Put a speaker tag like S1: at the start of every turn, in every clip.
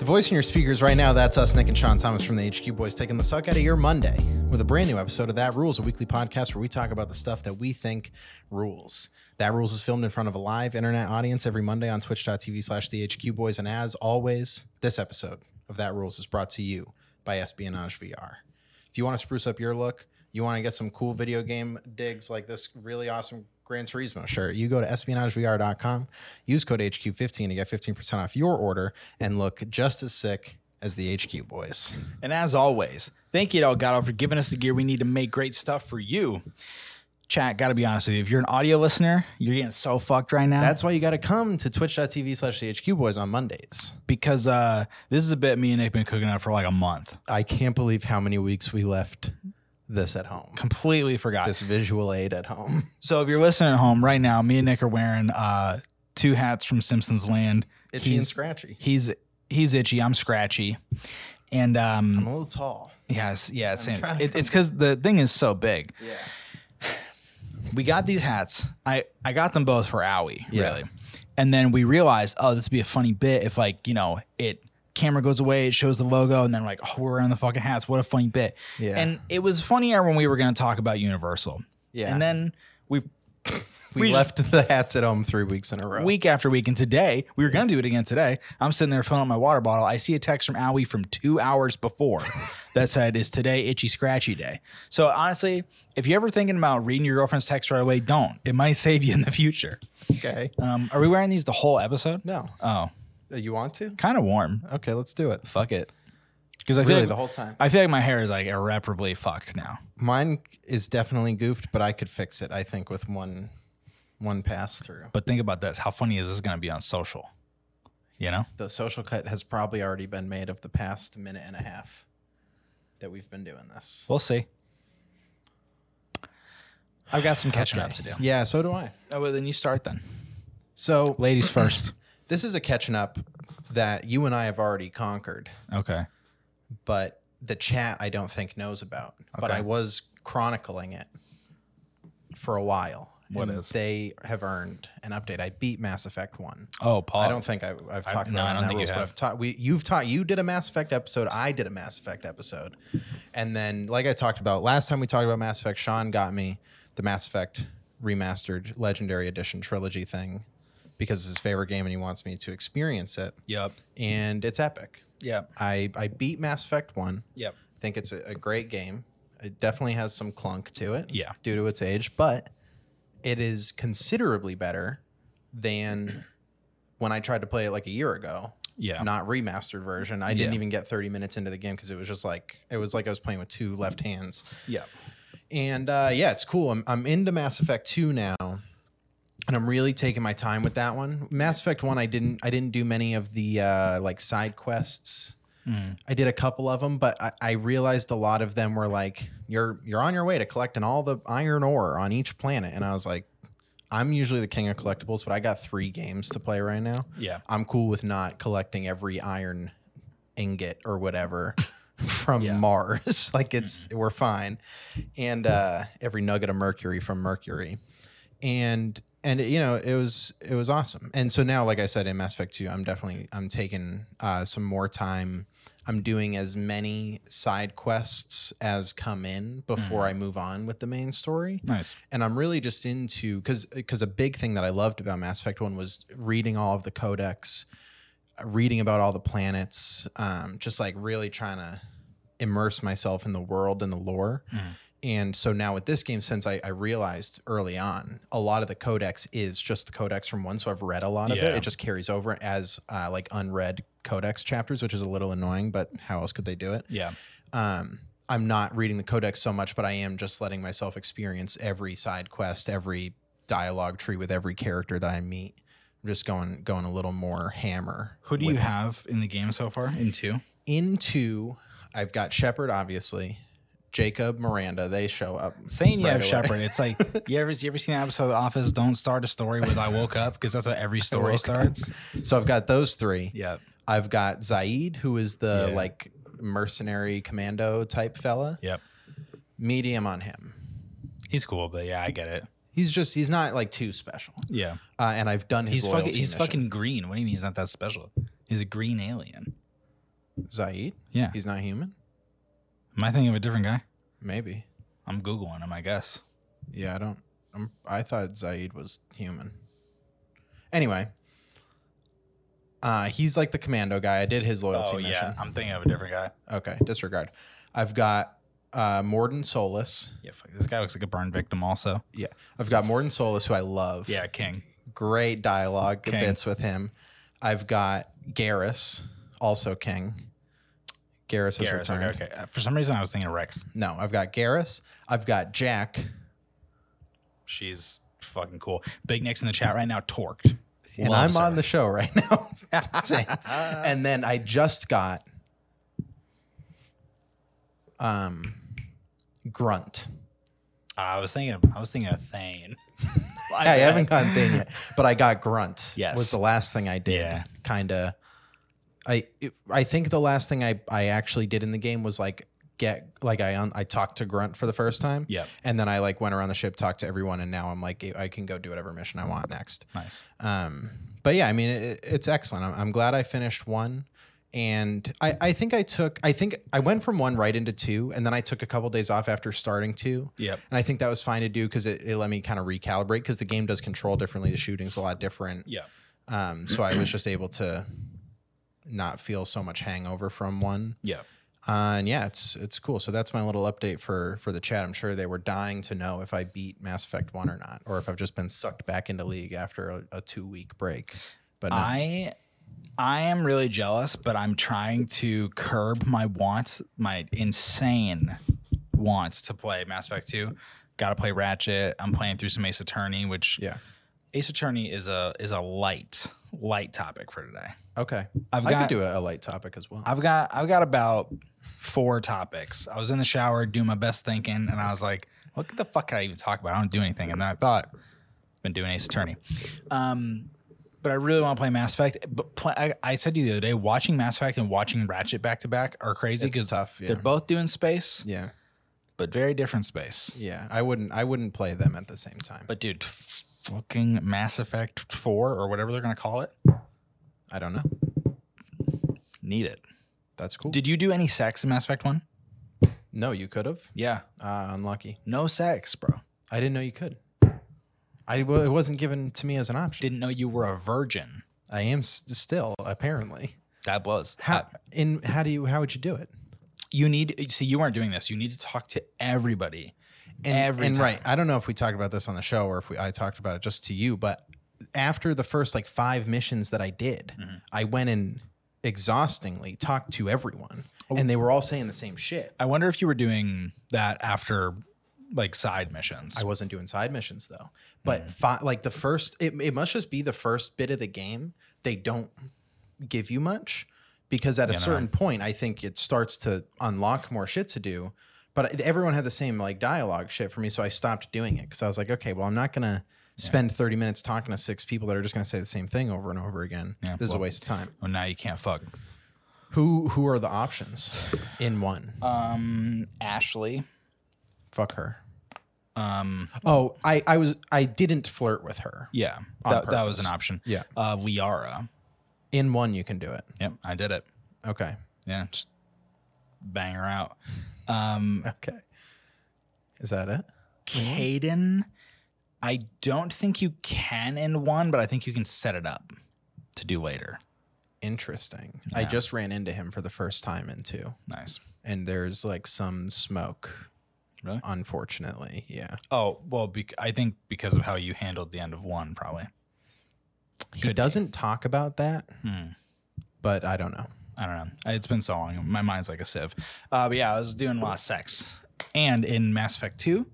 S1: voice in your speakers right now, that's us, Nick and Sean Thomas from the HQ Boys, taking the suck out of your Monday with a brand new episode of That Rules, a weekly podcast where we talk about the stuff that we think rules. That Rules is filmed in front of a live internet audience every Monday on twitch.tv slash the HQ Boys. And as always, this episode of That Rules is brought to you by Espionage VR. If you want to spruce up your look, you want to get some cool video game digs like this really awesome Gran Turismo shirt, you go to espionagevr.com, use code HQ15 to get 15% off your order and look just as sick as the HQ boys.
S2: And as always, thank you to Elgato for giving us the gear we need to make great stuff for you. Chat, gotta be honest with you. If you're an audio listener, you're getting so fucked right now.
S1: That's why you got to come to twitch.tv slash the HQ boys on Mondays.
S2: because uh, this is a bit me and Nick been cooking up for like a month.
S1: I can't believe how many weeks we left this at home,
S2: Completely forgot.
S1: this visual aid at home.
S2: so if you're listening at home right now, me and Nick are wearing uh, two hats from Simpsons Land.
S1: Itchy and
S2: he's,
S1: scratchy.
S2: he's he's itchy. I'm scratchy. And
S1: I'm
S2: um,
S1: a little tall.
S2: yes, yeah, same.
S1: trying to
S2: It, it's because the thing is so big.
S1: Yeah.
S2: we got these hats. I I got them both for Owie,
S1: Yeah.
S2: really. And then we realized, oh, this would be a funny bit if like, you know, it camera goes away, it shows the logo, and then like, oh, we're wearing the fucking hats. What a funny bit.
S1: Yeah.
S2: And it was funnier when we were gonna talk about Universal.
S1: Yeah.
S2: And then we
S1: we,
S2: we-
S1: left the hats at home three weeks in a row.
S2: week after week, and today we were gonna do it again today. I'm sitting there filling up my water bottle. I see a text from Owie from two hours before that said, Is today itchy scratchy day? So honestly, if you're ever thinking about reading your girlfriend's text right away, don't. It might save you in the future.
S1: okay.
S2: Um, are we wearing these the whole episode?
S1: No.
S2: Oh,
S1: You want to?
S2: kind of warm.
S1: Okay, let's do it.
S2: Fuck it. Because I feel
S1: Really,
S2: like
S1: the whole time.
S2: I feel like my hair is like irreparably fucked now.
S1: mine is definitely goofed, but I could fix it. I think with one one pass through.
S2: But think about this: how funny is this going to be on social? You know,
S1: The social cut has probably already been made of the past minute and a half that we've been doing this.
S2: we'll see. I've got some catching up to do.
S1: Yeah, so do I.
S2: Oh, well, then you start then.
S1: So
S2: Ladies first.
S1: this is a catching up that you and I have already conquered,
S2: okay.
S1: but the chat I don't think knows about. But
S2: Okay.
S1: I was chronicling it for a while.
S2: What
S1: and
S2: is?
S1: They have earned an update. I beat Mass Effect One.
S2: Oh, Paul.
S1: I don't think I, I've talked
S2: no,
S1: about
S2: I
S1: it
S2: don't
S1: in that
S2: think you
S1: rules, but
S2: have.
S1: I've taught we you've taught you did a Mass Effect episode, I did a Mass Effect episode, and then like I talked about last time we talked about Mass Effect, Sean got me the Mass Effect remastered Legendary Edition trilogy thing because it's his favorite game and he wants me to experience it,
S2: Yep.
S1: and it's epic.
S2: Yep.
S1: I I beat Mass Effect one.
S2: Yep.
S1: I think it's a, a great game. It definitely has some clunk to it,
S2: Yeah.
S1: due to its age, but it is considerably better than when I tried to play it like a year ago.
S2: Yeah.
S1: Not remastered version. I didn't
S2: Yeah.
S1: even get 30 minutes into the game because it was just like it was like I was playing with two left hands.
S2: Yep.
S1: And uh, yeah, it's cool. I'm, I'm into Mass Effect 2 now. And I'm really taking my time with that one. Mass Effect 1 I didn't I didn't do many of the uh, like side quests.
S2: Mm.
S1: I did a couple of them, but I, I realized a lot of them were like you're you're on your way to collecting all the iron ore on each planet and I was like I'm usually the king of collectibles, but I got 3 games to play right now.
S2: Yeah.
S1: I'm cool with not collecting every iron ingot or whatever from
S2: Yeah. Mm-hmm.
S1: Mars. like it's we're fine, and uh, every nugget of mercury from Mercury, and and you know it was it was awesome. And so now, like I said in Mass Effect Two, I'm definitely I'm taking uh, some more time. I'm doing as many side quests as come in before
S2: Mm-hmm.
S1: I move on with the main story
S2: Nice.
S1: and I'm really just into because because a big thing that I loved about Mass Effect One was reading all of the codex, reading about all the planets, um, just like really trying to immerse myself in the world and the lore. And so now with this game, since I, I realized early on, a lot of the codex is just the codex from one. So I've read a lot of
S2: Yeah.
S1: it. It just carries over as uh, like unread codex chapters, which is a little annoying. But how else could they do it?
S2: Yeah.
S1: um, I'm not reading the codex so much, but I am just letting myself experience every side quest, every dialogue tree with every character that I meet. I'm just going going a little more hammer.
S2: Who do
S1: with-
S2: you have in the game so far? In two.
S1: into? I've got Shepard, obviously. Jacob, Miranda, they show up.
S2: Saying you
S1: right
S2: have
S1: away.
S2: Shepard, it's like you ever you ever seen that episode of The Office? Don't start a story with "I woke up" because that's how every
S1: woke
S2: story
S1: up.
S2: starts.
S1: So I've got those three.
S2: Yeah,
S1: I've got Zaid, who is the
S2: Yeah.
S1: like mercenary commando type fella.
S2: yep,
S1: Medium on him.
S2: he's cool, but yeah, I get it.
S1: He's just he's not like too special.
S2: Yeah,
S1: Uh, and I've done his
S2: he's fucking
S1: loyalty
S2: he's
S1: mission.
S2: fucking green. What do you mean he's not that special? He's a green alien.
S1: Zaid?
S2: Yeah.
S1: He's not human?
S2: Am I thinking of a different guy?
S1: Maybe.
S2: I'm Googling him, I guess.
S1: Yeah, I don't. I'm, I thought Zaid was human. Anyway, uh, he's like the commando guy. I did his loyalty
S2: Oh,
S1: mission.
S2: I'm thinking of a different guy.
S1: Okay, disregard. I've got uh, Morden Solis.
S2: Yeah, fuck, this guy looks like a burn victim also.
S1: Yeah, I've got Morden Solis, who I love.
S2: Yeah, King.
S1: great dialogue
S2: King.
S1: bits with him. I've got Garrus, also King. Garrus has
S2: Garrus.
S1: returned.
S2: Okay, okay. Uh, For some reason, I was thinking of Rex.
S1: No, I've got Garrus. I've got Jack.
S2: She's fucking cool. Big Nick's in the chat right now, torqued.
S1: and I'm
S2: Loves
S1: on
S2: Mm. her.
S1: the show right now. Same. and then I just got um Grunt.
S2: I was thinking. I was thinking of Thane.
S1: I, haven't gotten thing yet, but I got Grunt.
S2: Yes.
S1: was the last thing I did.
S2: Yeah.
S1: Kind of. I it, I think the last thing I I actually did in the game was like get like I un, I talked to Grunt for the first time.
S2: Yep.
S1: And then I like went around the ship, talked to everyone, and now I'm like I can go do whatever mission I want next.
S2: Nice.
S1: Um, but yeah, I mean, it, it's excellent. I'm, I'm glad I finished one. And I, I think I took, I think I went from one right into two, and then I took a couple days off after starting two.
S2: Yep.
S1: And I think that was fine to do because it, it let me kind of recalibrate because the game does control differently. The shooting's a lot different.
S2: Yeah.
S1: Um, so I was just able to not feel so much hangover from one.
S2: Yeah.
S1: Uh, and yeah, it's it's cool. So that's my little update for for the chat. I'm sure they were dying to know if I beat Mass Effect One or not, or if I've just been sucked back into League after a, a two week break. But no.
S2: I I am really jealous, but I'm trying to curb my wants, my insane wants to play Mass Effect 2. Got to play Ratchet. I'm playing through some Ace Attorney, which
S1: yeah,
S2: Ace Attorney is a is a light light topic for today.
S1: okay,
S2: I've
S1: I could
S2: got-
S1: do a, a light topic as well.
S2: I've got I've got about four topics. I was in the shower doing my best thinking, and I was like, "What the fuck can I even talk about? I don't do anything." And then I thought, I've "Been doing Ace Attorney," um, but I really want to play Mass Effect. But pl- I, I said to you the other day, watching Mass Effect and watching Ratchet back to back are crazy
S1: It's
S2: because
S1: tough, yeah.
S2: they're both doing space,
S1: yeah,
S2: but very different space.
S1: yeah. I wouldn't I wouldn't play them at the same time.
S2: But dude, f- fucking Mass Effect Four or whatever they're gonna call it,
S1: I don't know.
S2: need it.
S1: That's cool.
S2: Did you do any sex in Mass Effect One?
S1: no, you could have.
S2: Yeah,
S1: Uh, unlucky.
S2: no sex, bro.
S1: I didn't know you could. I w- it wasn't given to me as an option.
S2: Didn't know you were a virgin.
S1: I am s- still apparently.
S2: That was
S1: How in how do you how would you do it?
S2: you need see you weren't doing this you need to talk to everybody every
S1: and
S2: time.
S1: right i don't know if we talked about this on the show or if we, i talked about it just to you but after the first like five missions that i did
S2: Mm-hmm.
S1: i went and exhaustingly talked to everyone
S2: Oh.
S1: and they were all saying the same shit
S2: i wonder if you were doing that after like side missions
S1: i wasn't doing side missions though but fi- like the first it, it must just be the first bit of the game they don't give you much because at a certain point i think it starts to unlock more shit to do but everyone had the same like dialogue shit for me so i stopped doing it because i was like okay well i'm not gonna spend 30 minutes talking to six people that are just gonna say the same thing over and over again
S2: Yeah,
S1: this is a
S2: well-
S1: waste of time
S2: oh now you can't fuck
S1: who who are the options in one
S2: um ashley
S1: fuck her
S2: um
S1: oh i i was i didn't flirt with her
S2: yeah
S1: On
S2: that, that was an
S1: purpose.
S2: option
S1: Yeah.
S2: uh liara
S1: in one you can do it
S2: yep i did it
S1: okay
S2: yeah just bang her out um
S1: okay is that it
S2: caden i don't think you can in one but i think you can set it up to do later
S1: interesting i just ran into him for the first time in two
S2: nice
S1: and there's like some smoke
S2: Really?
S1: unfortunately yeah
S2: Oh well, bec- I think because of how you handled the end of one, probably.
S1: He
S2: Could be.
S1: doesn't talk about that,
S2: Hmm.
S1: but I don't know.
S2: I don't know. It's been so long. My mind's like a sieve. Uh, but yeah, I was doing a lot of sex, and in Mass Effect Two,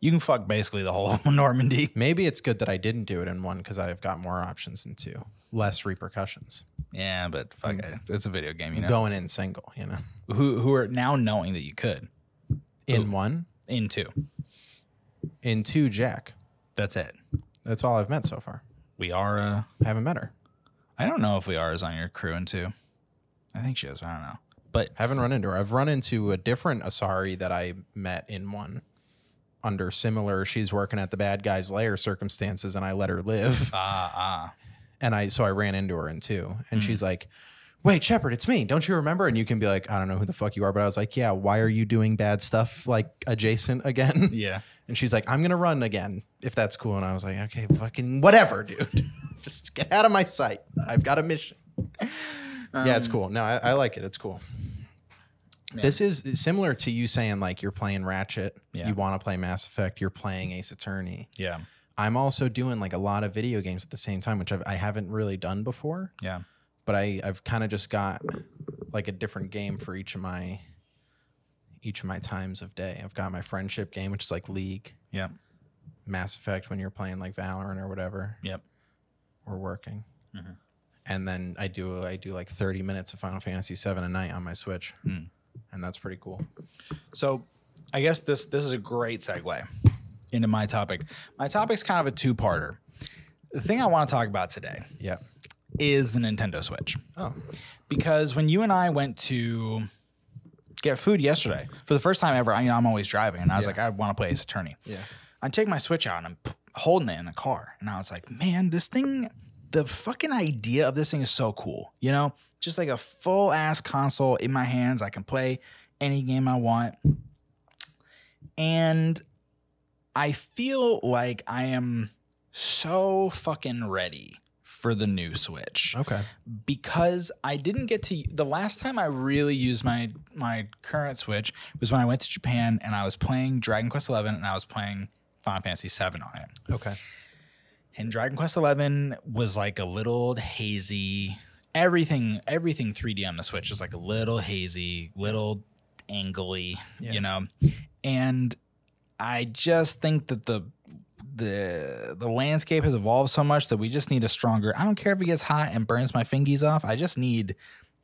S2: you can fuck basically the whole Normandy.
S1: Maybe it's good that I didn't do it in one because I've got more options in two, less repercussions.
S2: Yeah, but fuck it. It's a video game, you know.
S1: Going in single, you know,
S2: Who who are now knowing that you could
S1: in one,
S2: in two.
S1: in two, Jack.
S2: That's it.
S1: That's all I've met so far.
S2: We are. Uh,
S1: I haven't met her.
S2: I don't know if we are is on your crew in two. I think she is. I don't know. But
S1: Haven't run into her. I've run into a different Asari that I met in one under similar. She's working at the bad guy's lair circumstances, and I let her live.
S2: ah ah
S1: and I so I ran into her in two, and she's like, wait, Shepard, it's me. Don't you remember? And you can be like, I don't know who the fuck you are, but I was like, yeah, why are you doing bad stuff like adjacent again?
S2: Yeah.
S1: And she's like, I'm going to run again if that's cool. And I was like, okay, fucking whatever, dude. Just get out of my sight. I've got a mission. yeah, it's cool. No, I, I like it. It's cool. This is similar to you saying like you're playing Ratchet,
S2: Yeah.
S1: you want to play Mass Effect, you're playing Ace Attorney.
S2: Yeah.
S1: I'm also doing like a lot of video games at the same time, which I've, I haven't really done before.
S2: Yeah.
S1: But I I've kind of just got like a different game for each of my each of my times of day. I've got my friendship game, which is like League,
S2: Yeah.
S1: Mass Effect when you're playing like Valorant or whatever.
S2: Yep.
S1: We're working.
S2: Mhm.
S1: And then I do I do like 30 minutes of Final Fantasy VII a night on my Switch,
S2: Hmm.
S1: and that's pretty cool.
S2: So I guess this this is a great segue into my topic. My topic's kind of a two-parter. The thing I want to talk about today
S1: Yeah.
S2: is the Nintendo Switch.
S1: Oh,
S2: Because when you and I went to get food yesterday, for the first time ever, I, you know, I'm always driving, and I was
S1: Yeah.
S2: like, I want to play Ace Attorney.
S1: yeah.
S2: I take my Switch out and I'm p- holding it in the car. And I was like, man, this thing, the fucking idea of this thing is so cool. You know, just like a full ass console in my hands. I can play any game I want. And I feel like I am so fucking ready for the new Switch
S1: Okay.
S2: because I didn't get to the last time I really used my my current Switch was when I went to Japan and I was playing Dragon Quest XI and I was playing Final Fantasy VII on it.
S1: Okay.
S2: And Dragon Quest XI was like a little hazy. Everything everything 3D on the Switch is like a little hazy, little angly,
S1: Yeah.
S2: you know. And I just think that the the the landscape has evolved so much that we just need a stronger. I don't care if it gets hot and burns my fingies off. I just need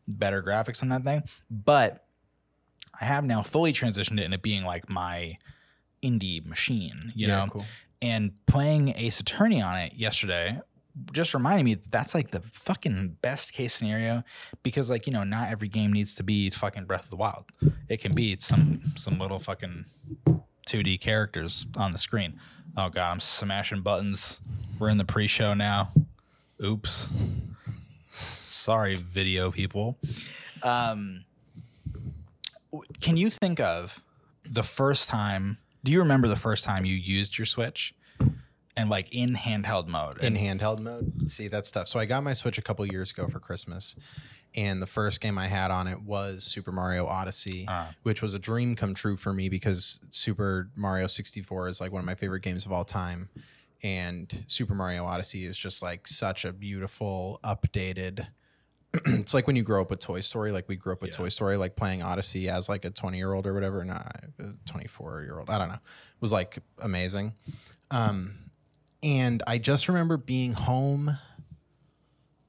S2: better graphics on that thing. But I have now fully transitioned it into being like my indie machine, you know
S1: cool.
S2: and playing Ace Attorney on it yesterday just reminded me that that's like the fucking best case scenario because like you know not every game needs to be fucking Breath of the Wild. It can be some some little fucking 2D characters on the screen. Oh god, I'm smashing buttons. We're in the pre-show now. Oops. Sorry video people. Um w- can you think of the first time do you remember the first time you used your switch and like in handheld mode
S1: in
S2: and
S1: handheld mode. See, that's tough. So I got my Switch a couple years ago for Christmas, and the first game I had on it was Super Mario Odyssey,
S2: Ah.
S1: which was a dream come true for me because Super Mario 64 is like one of my favorite games of all time. And Super Mario Odyssey is just like such a beautiful, updated. it's like when you grow up with Toy Story, like we grew up with
S2: Yeah.
S1: Toy Story, like playing Odyssey as like a 20 year old or whatever, not a 24 year old, I don't know, was like amazing. Um, and I just remember being home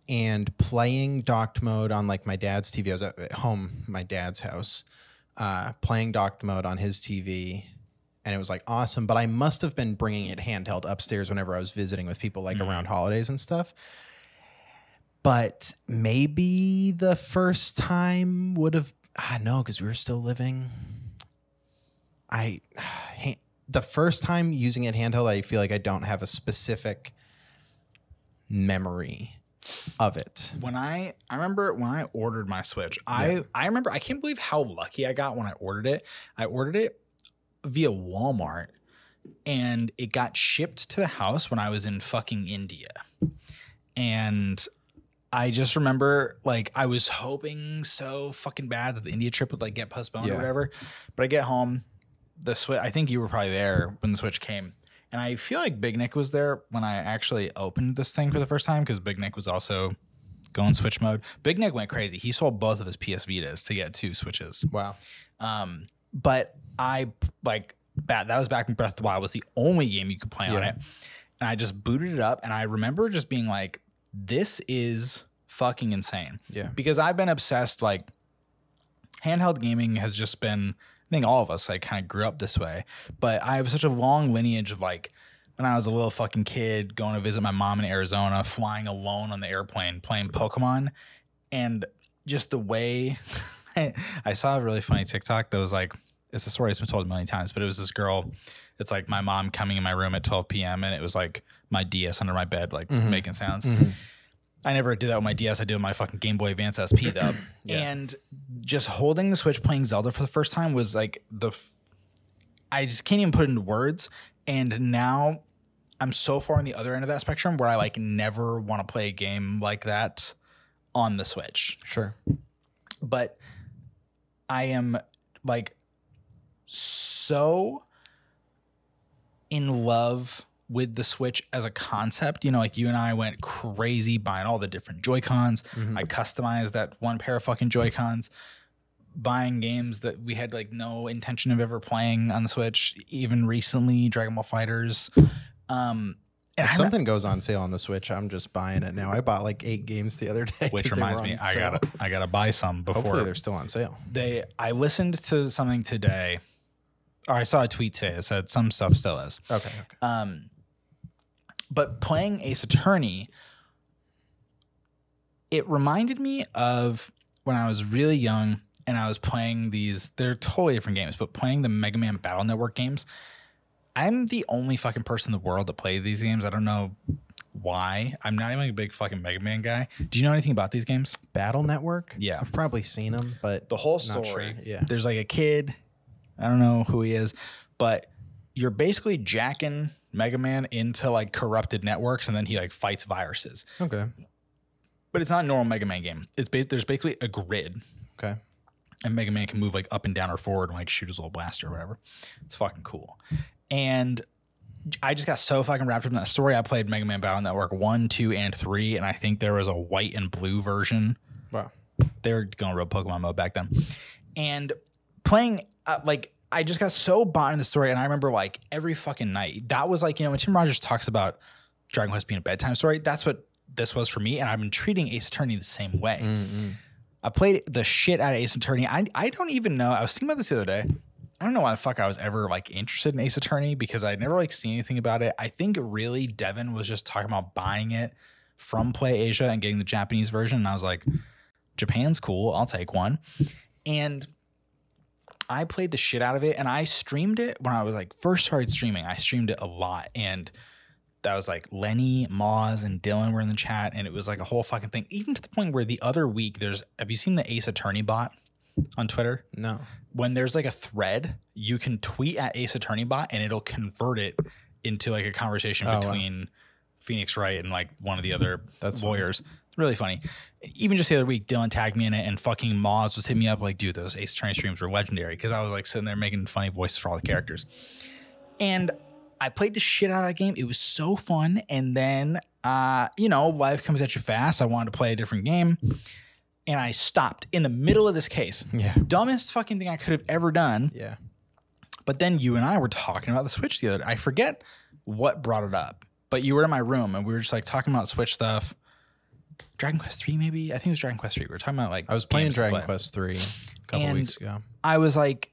S1: and playing docked mode on like my dad's TV. I was at at home, my dad's house, uh, playing docked mode on his TV, and it was like awesome. But I must have been bringing it handheld upstairs whenever I was visiting with people, like around holidays and stuff. But maybe the first time would have I know because we were still living. I ha- the first time using it handheld, I feel like I don't have a specific memory of it.
S2: when I I remember when I ordered my Switch, I I remember I can't believe how lucky I got when I ordered it. I ordered it via Walmart and it got shipped to the house when I was in fucking India. And I just remember like I was hoping so fucking bad that the India trip would like get postponed
S1: Yeah.
S2: or whatever. But I get home, the Switch I think you were probably there when the Switch came. And I feel like Big Nick was there when I actually opened this thing for the first time because Big Nick was also going Switch mode. Big Nick went crazy. He sold both of his PS Vitas to get two Switches.
S1: Wow.
S2: Um, but I like that. That was back when Breath of the Wild was the only game you could play on
S1: Yeah.
S2: it, and I just booted it up, and I remember just being like, "This is fucking insane."
S1: Yeah.
S2: Because I've been obsessed like handheld gaming has just been I think all of us like kind of grew up this way, but I have such a long lineage of like when I was a little fucking kid going to visit my mom in Arizona, flying alone on the airplane, playing Pokemon, and just the way I saw a really funny TikTok that was like it's a story that's been told a million times, but it was this girl. It's like my mom coming in my room at 12 p.m. and it was like my DS under my bed, like
S1: Mhm.
S2: making sounds I never did that with my DS. I did it with my fucking Game Boy Advance SP though.
S1: Yeah.
S2: And just holding the Switch, playing Zelda for the first time was like the. F- I just can't even put it into words. And now I'm so far on the other end of that spectrum where I like never want to play a game like that on the Switch
S1: Sure.
S2: but I am like so in love with the Switch as a concept. You know, like you and I went crazy buying all the different Joy Cons. I customized that one pair of fucking Joy Cons, buying games that we had like no intention of ever playing on the Switch, even recently, Dragon Ball Fighters. Um, and
S1: If
S2: I
S1: something goes on sale on the Switch, I'm just buying it now. I bought like eight games the other day.
S2: which
S1: 'cause they
S2: reminds
S1: were
S2: me,
S1: on
S2: I
S1: sale.
S2: gotta, I gotta buy some
S1: Hopefully
S2: before
S1: they're still on sale.
S2: they I listened to something today, or I saw a tweet today that said some stuff still is.
S1: Okay. okay.
S2: Um, but playing Ace Attorney, it reminded me of when I was really young and I was playing these. They're totally different games, but playing the Mega Man Battle Network games. I'm the only fucking person in the world that played these games. I don't know why. I'm not even a big fucking Mega Man guy. Do you know anything about these games?
S1: Battle Network.
S2: Yeah.
S1: I've probably seen them, but
S2: the whole
S1: Not
S2: story.
S1: sure, yeah.
S2: There's like a kid, I don't know who he is, but you're basically jacking Mega Man into like corrupted networks and then he like fights viruses.
S1: okay,
S2: But it's not a normal Mega Man game. It's based there's basically a grid
S1: okay,
S2: and Mega Man can move like up and down or forward and like shoot his little blaster or whatever. It's fucking cool. And I just got so fucking wrapped up in that story. I played Mega Man Battle Network 1, 2, and 3, and I think there was a white and blue version
S1: wow,
S2: they were going real Pokemon mode back then. And playing, uh, like, I just got so bought into the story. And I remember, like, every fucking night, that was like, you know, when Tim Rogers talks about Dragon Quest being a bedtime story, that's what this was for me. And I've been treating Ace Attorney the same way.
S1: Mm-mm.
S2: I played the shit out of Ace Attorney. I, I don't even know. I was thinking about this the other day. I don't know why the fuck I was ever like interested in Ace Attorney because I'd never like seen anything about it. I think really Devin was just talking about buying it from Play Asia and getting the Japanese version. And I was like, Japan's cool. I'll take one. And I played the shit out of it and I streamed it when I was like first started streaming. I streamed it a lot and that was like Lenny, Moz, and Dylan were in the chat, and it was like a whole fucking thing. Even to the point where the other week, there's have you seen the Ace Attorney bot on Twitter?
S1: no,
S2: When there's like a thread, you can tweet at Ace Attorney bot, and it'll convert it into like a conversation
S1: Oh, wow.
S2: between Phoenix Wright and like one of the other
S1: That's funny.
S2: lawyers. It's Really funny. Even just the other week, Dylan tagged me in it, and fucking Moz was hitting me up like, "Dude, those Ace Attorney streams were legendary." Because I was like sitting there making funny voices for all the characters, and I played the shit out of that game. It was so fun. And then, uh, you know, life comes at you fast. I wanted to play a different game, and I stopped in the middle of this case.
S1: yeah,
S2: Dumbest fucking thing I could have ever done.
S1: yeah,
S2: But then you and I were talking about the Switch the other. I forget what brought it up, but you were in my room and we were just like talking about Switch stuff. Dragon Quest Three, maybe I think it was Dragon Quest Three. We were talking about like
S1: I was playing
S2: games to
S1: Dragon
S2: play.
S1: Quest three a couple
S2: And-
S1: weeks ago.
S2: I was like,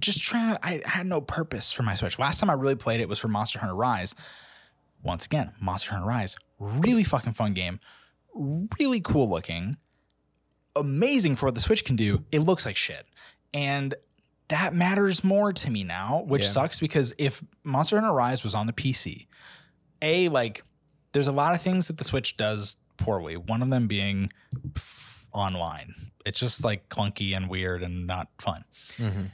S2: just trying to, I had no purpose for my Switch. Last time I really played it was for Monster Hunter Rise. Once again, Monster Hunter Rise, really fucking fun game, really cool looking, amazing for what the Switch can do. It looks like shit. And that matters more to me now, which
S1: Yeah.
S2: sucks because if Monster Hunter Rise was on the PC, A, like, there's a lot of things that the Switch does poorly. One of them being pff, online. It's just like clunky and weird and not fun.
S1: Mm-hmm.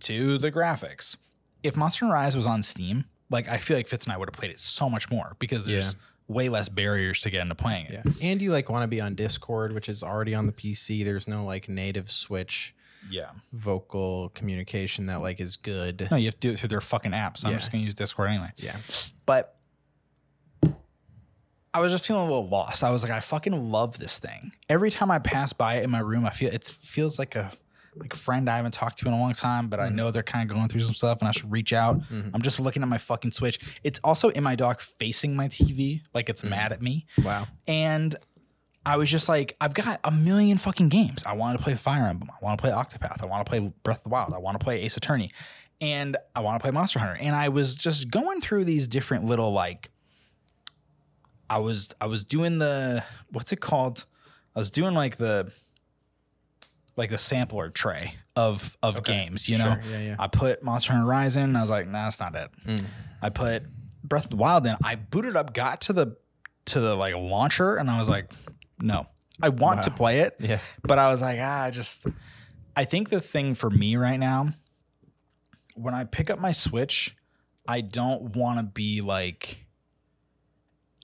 S2: To the graphics, if Monster Hunter Rise was on Steam, like I feel like Fitz and I would have played it so much more because there's way less barriers to get into playing it.
S1: Yeah, and you like want to be on Discord, which is already on the PC. There's no like native Switch
S2: Yeah.
S1: vocal communication that like is good.
S2: No, you have to do it through their fucking app. So I'm
S1: Yeah.
S2: just gonna use Discord anyway.
S1: Yeah,
S2: But I was just feeling a little lost. I was like, I fucking love this thing. Every time I pass by it in my room, I feel it feels like a like a friend I haven't talked to in a long time, but I
S1: Mm-hmm.
S2: know they're kind of going through some stuff and I should reach out.
S1: Mhm.
S2: I'm just looking at my fucking Switch. It's also in my dock facing my TV, like
S1: Mm-hmm.
S2: it's mad at me.
S1: wow,
S2: And I was just like, I've got a million fucking games. I want to play Fire Emblem. I want to play Octopath. I want to play Breath of the Wild. I want to play Ace Attorney. And I want to play Monster Hunter. And I was just going through these different little like I was I was doing the what's it called? I was doing like the like the sampler tray of of
S1: Okay.
S2: games, you know.
S1: Sure. yeah, yeah,
S2: I put Monster Hunter Rise in, and I was like, nah, that's not it.
S1: Mm.
S2: I put Breath of the Wild in. I booted up, got to the to the like launcher, and I was like, no, I want to play it,
S1: Yeah.
S2: but I was like, ah, I just. I think the thing for me right now, when I pick up my Switch, I don't want to be like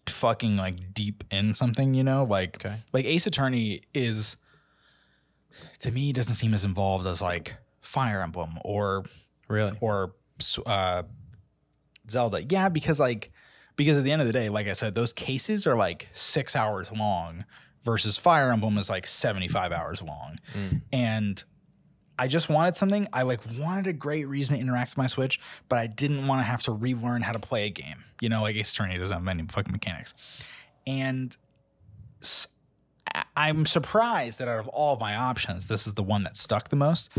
S2: fucking like deep in something, you know? Like
S1: Okay.
S2: like Ace Attorney is to me doesn't seem as involved as like Fire Emblem or
S1: Really?
S2: or uh, Zelda. Yeah, because like because at the end of the day, like I said, those cases are like six hours long versus Fire Emblem is like seventy five hours long,
S1: Mm.
S2: and I just wanted something. I like wanted a great reason to interact with my Switch, but I didn't want to have to relearn how to play a game. You know, like Ace Attorney doesn't have many fucking mechanics, and. s- I- I'm surprised that out of all my options, this is the one that stuck the most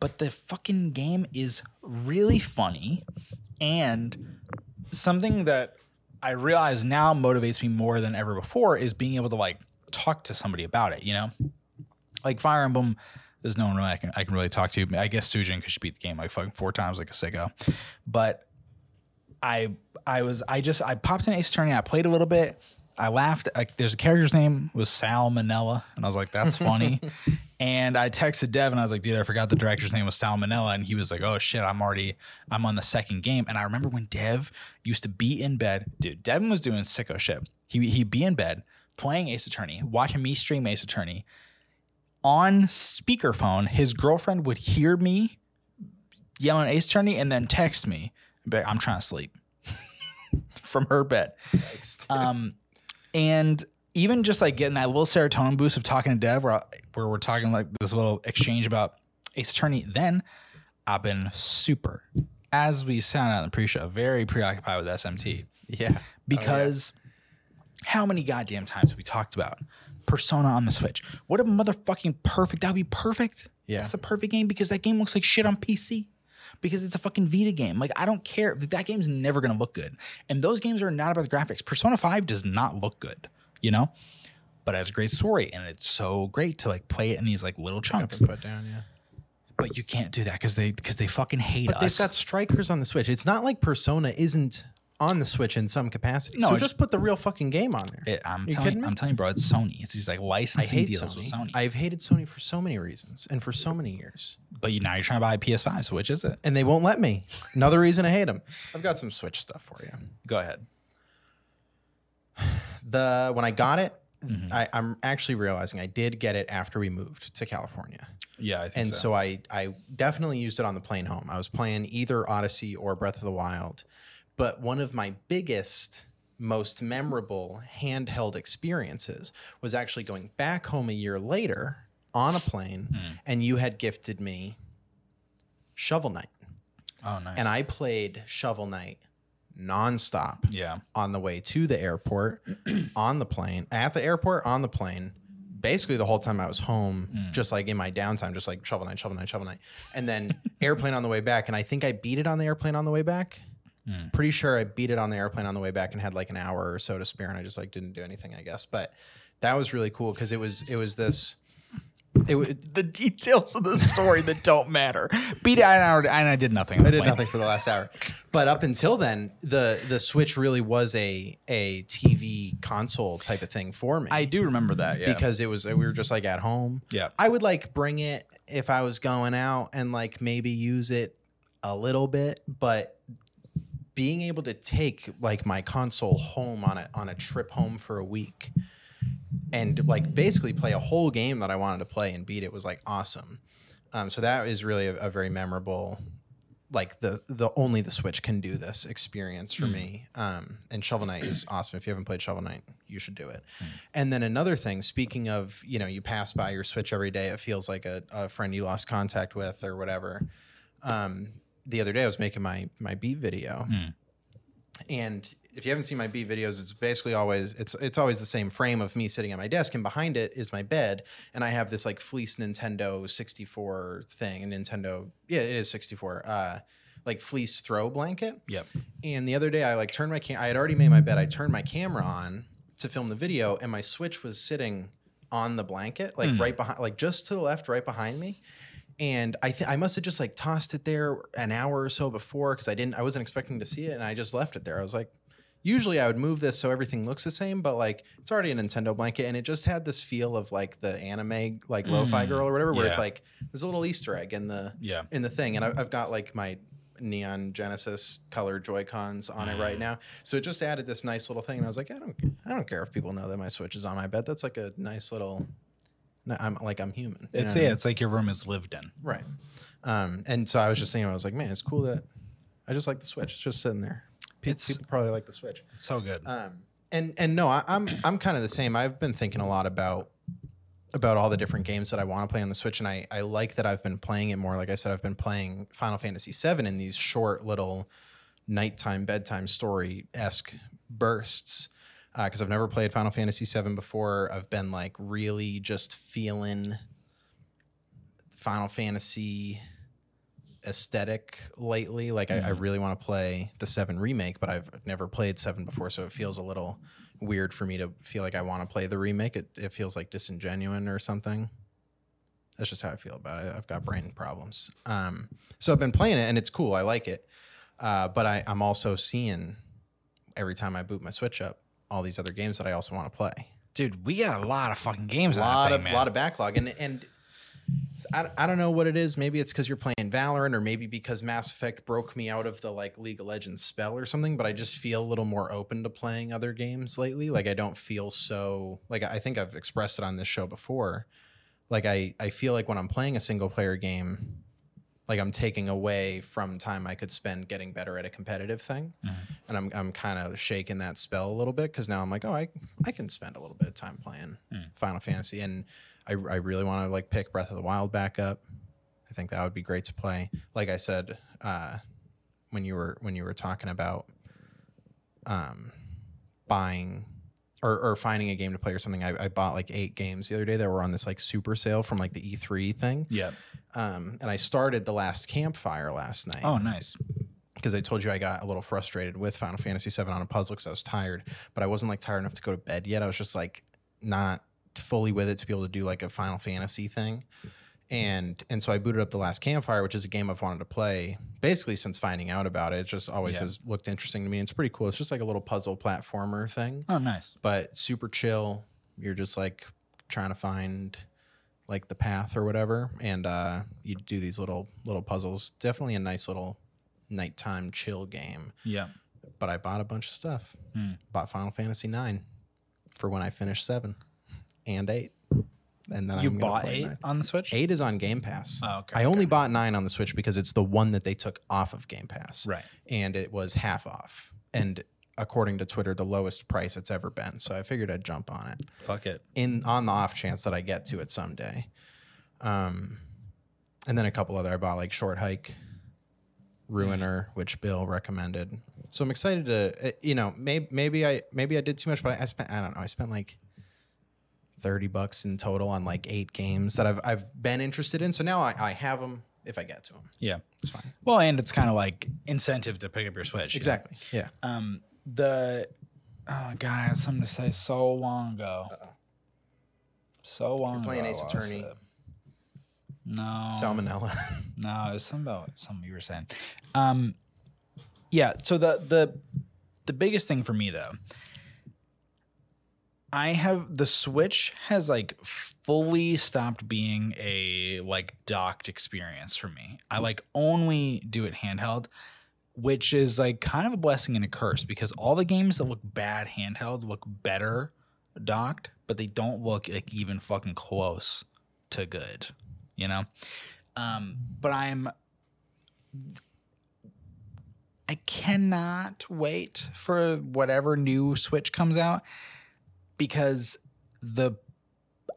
S2: but the fucking game is really funny and something that I realize now motivates me more than ever before is being able to like talk to somebody about it, you know? Like Fire Emblem, there's no one really I can, I can really talk to. I guess Sujin because she beat the game like fucking four times like a sicko. But I I was I just I popped in Ace Attorney, I played a little bit, I laughed. Like there's a character's name was Sal Manella, and I was like, that's funny. And I texted Dev and I was like, dude, I forgot the director's name was Salmonella. And he was like, oh shit, I'm already, I'm on the second game. And I remember when Dev used to be in bed, dude, Devin was doing sicko shit. He, he'd be in bed playing Ace Attorney, watching me stream Ace Attorney on speakerphone. His girlfriend would hear me yelling Ace Attorney and then text me, but I'm trying to sleep from her bed. Um, and even just like getting that little serotonin boost of talking to Dev, where, I- where we're talking like this little exchange about Ace Attorney, then I've been super, as we sound out in the pre-show, very preoccupied with SMT
S1: Oh, Yeah.
S2: because how many goddamn times have we talked about Persona on the Switch? What a motherfucking perfect! That would be perfect.
S1: Yeah.
S2: that's a perfect game because that game looks like shit on PC. Because it's a fucking Vita game. Like I don't care. Like, That game's never gonna look good. And those games are not about the graphics. Persona Five does not look good. You know. But it has a great story, and it's so great to like play it in these like little
S1: Up
S2: chunks.
S1: and put down, yeah.
S2: But you can't do that because they because they fucking hate
S1: But
S2: us.
S1: they've got strikers on the Switch. It's not like Persona isn't on the Switch in some capacity.
S2: No,
S1: so
S2: it's-
S1: just put the real fucking game on there.
S2: It- I'm
S1: You
S2: telling
S1: kidding
S2: you,
S1: me?
S2: I'm telling you, bro. It's Sony. It's these like
S1: I
S2: licensing
S1: hate
S2: deals
S1: Sony.
S2: with Sony.
S1: I've hated Sony for so many reasons and for so many years.
S2: but you, now you're trying to buy a PS5. So which is it?
S1: And they won't let me. Another reason I hate them. I've got some Switch stuff for you.
S2: Go ahead.
S1: The when I got it,
S2: Mm-hmm.
S1: I, I'm actually realizing I did get it after we moved to California.
S2: Yeah, I think
S1: and so. I I definitely used it on the plane home. I was playing either Odyssey or Breath of the Wild, but one of my biggest most memorable handheld experiences was actually going back home a year later on a plane and you had gifted me Shovel Knight
S2: Oh, nice.
S1: and I played Shovel Knight nonstop
S2: yeah,
S1: on the way to the airport, on the plane, at the airport, on the plane, basically the whole time I was home, just like in my downtime, just like shovel night, shovel night, shovel night, and then airplane on the way back. And I think I beat it on the airplane on the way back. Pretty sure I beat it on the airplane on the way back and had like an hour or so to spare, and I just like didn't do anything, I guess. But that was really cool because it was it was this. It was,
S2: the details of the story that don't matter. Beat it. I, I, I did nothing.
S1: I did nothing for the last hour. But up until then, the the Switch really was a a TV console type of thing for me.
S2: I do remember that. Yeah,
S1: because it was we were just like at home.
S2: Yeah.
S1: I would like bring it if I was going out and like maybe use it a little bit, but being able to take like my console home on a on a trip home for a week and like basically play a whole game that I wanted to play and beat it was like awesome. Um, so that is really a, a very memorable like the the only the Switch can do this experience for me. Um, and Shovel Knight is awesome. If you haven't played Shovel Knight, you should do it. And then another thing, speaking of, you know, you pass by your Switch every day, it feels like a, a friend you lost contact with or whatever. Um, the other day I was making my my beat video. And if you haven't seen my beat videos, it's basically always it's it's always the same frame of me sitting at my desk, and behind it is my bed, and I have this like fleece Nintendo 64 thing, a Nintendo yeah, it is 64, uh, like fleece throw blanket.
S2: Yep.
S1: And the other day, I like turned my cam. I had already made my bed. I turned my camera on to film the video, and my switch was sitting on the blanket, like right behind, like just to the left, right behind me. And I think I must have just like tossed it there an hour or so before because I didn't, I wasn't expecting to see it, and I just left it there. I was like, Usually I would move this so everything looks the same, but like it's already a Nintendo blanket and it just had this feel of like the anime like lo-fi
S2: Mm,
S1: girl or whatever where it's
S2: yeah.
S1: like there's a little Easter egg in the
S2: Yeah.
S1: in the thing and I, I've got like my neon Genesis color Joy Cons on it
S2: Mm.
S1: right now. So it just added this nice little thing and I was like, I don't I don't care if people know that my Switch is on my bed. That's like a nice little no, I'm like I'm human. you
S2: It's
S1: know what I mean?
S2: yeah, it's like your room is lived in.
S1: Right. Um, and so I was just thinking, I was like, man, it's cool that I just like the Switch. It's just sitting there. Pe-
S2: It's-
S1: people probably like the Switch.
S2: It's so good.
S1: Um, and and no, I, I'm I'm kind of the same. I've been thinking a lot about about all the different games that I want to play on the Switch, and I I like that I've been playing it more. Like I said, I've been playing Final Fantasy VII in these short little nighttime bedtime story esque bursts because I've never played Final Fantasy VII before. I've been like really just feeling Final Fantasy aesthetic lately. Like I, I really want to play the Seven remake, but I've never played Seven before, so it feels a little weird for me to feel like I want to play the remake. It it feels like disingenuine or something. That's just how I feel about it. I've got brain problems. Um, so I've been playing it and it's cool. I like it. Uh, but I, I'm also seeing every time I boot my Switch up all these other games that I also want to play
S2: Dude, we got a lot of fucking games.
S1: a lot
S2: on that thing,
S1: of
S2: man.
S1: lot of backlog and and I, I don't know what it is maybe it's because you're playing valorant or maybe because mass effect broke me out of the like league of legends spell or something but i just feel a little more open to playing other games lately like i don't feel so like i think i've expressed it on this show before like i i feel like when i'm playing a single player game like i'm taking away from time i could spend getting better at a competitive thing
S2: Mm-hmm.
S1: and i'm, I'm kind of shaking that spell a little bit because now i'm like oh i i can spend a little bit of time playing final fantasy and i, I really want to like pick breath of the wild back up i think that would be great to play like i said uh when you were when you were talking about um buying or, or finding a game to play or something I, I bought like eight games the other day that were on this like super sale from like the e3 thing
S2: Yeah.
S1: um, and i started the last campfire last night
S2: Oh, nice.
S1: because I told you I got a little frustrated with Final Fantasy VII on a puzzle because I was tired, but I wasn't like tired enough to go to bed yet. I was just like not fully with it to be able to do like a Final Fantasy thing. And and so I booted up The Last Campfire, which is a game I've wanted to play basically since finding out about it. It just always
S2: Yeah.
S1: has looked interesting to me. It's pretty cool. It's just like a little puzzle platformer thing
S2: Oh, nice.
S1: but super chill. You're just like trying to find like the path or whatever, and uh, you do these little little puzzles. Definitely a nice little nighttime chill game.
S2: Yeah.
S1: But I bought a bunch of stuff.
S2: Hmm.
S1: Bought Final Fantasy nine for when I finish seven and eight, and then
S2: You
S1: I'm gonna
S2: bought
S1: play
S2: eight
S1: nine.
S2: on the Switch?
S1: Eight is on Game Pass.
S2: Oh, okay,
S1: I
S2: okay.
S1: only bought nine on the Switch because it's the one that they took off of Game Pass
S2: Right.
S1: and it was half off. And according to Twitter, the lowest price it's ever been. So I figured I'd jump on it
S2: Fuck it.
S1: in on the off chance that I get to it someday. Um, and then a couple other I bought like Short Hike, Ruiner,
S2: Mm-hmm.
S1: which Bill recommended. So I'm excited to uh, you know maybe maybe I maybe I did too much, but I, I spent I don't know I spent like. 30 bucks in total on like eight games that I've, I've been interested in. So now I, I have them if I get to them.
S2: Yeah.
S1: It's fine.
S2: Well, and it's kind of like incentive to pick up your Switch. you know?
S1: Exactly. Yeah.
S2: Um, the oh god, I had something to say so long ago. So long.
S1: playing
S2: ago I
S1: Ace
S2: lost
S1: Attorney.
S2: it. No,
S1: Salmonella.
S2: no, it was something about something you were saying. Um, yeah. So the the the biggest thing for me though, I have the Switch has like fully stopped being a like docked experience for me. I like only do it handheld, which is like kind of a blessing and a curse because all the games that look bad handheld look better docked, but they don't look like even fucking close to good, you know? Um, but I'm I cannot wait for whatever new Switch comes out because the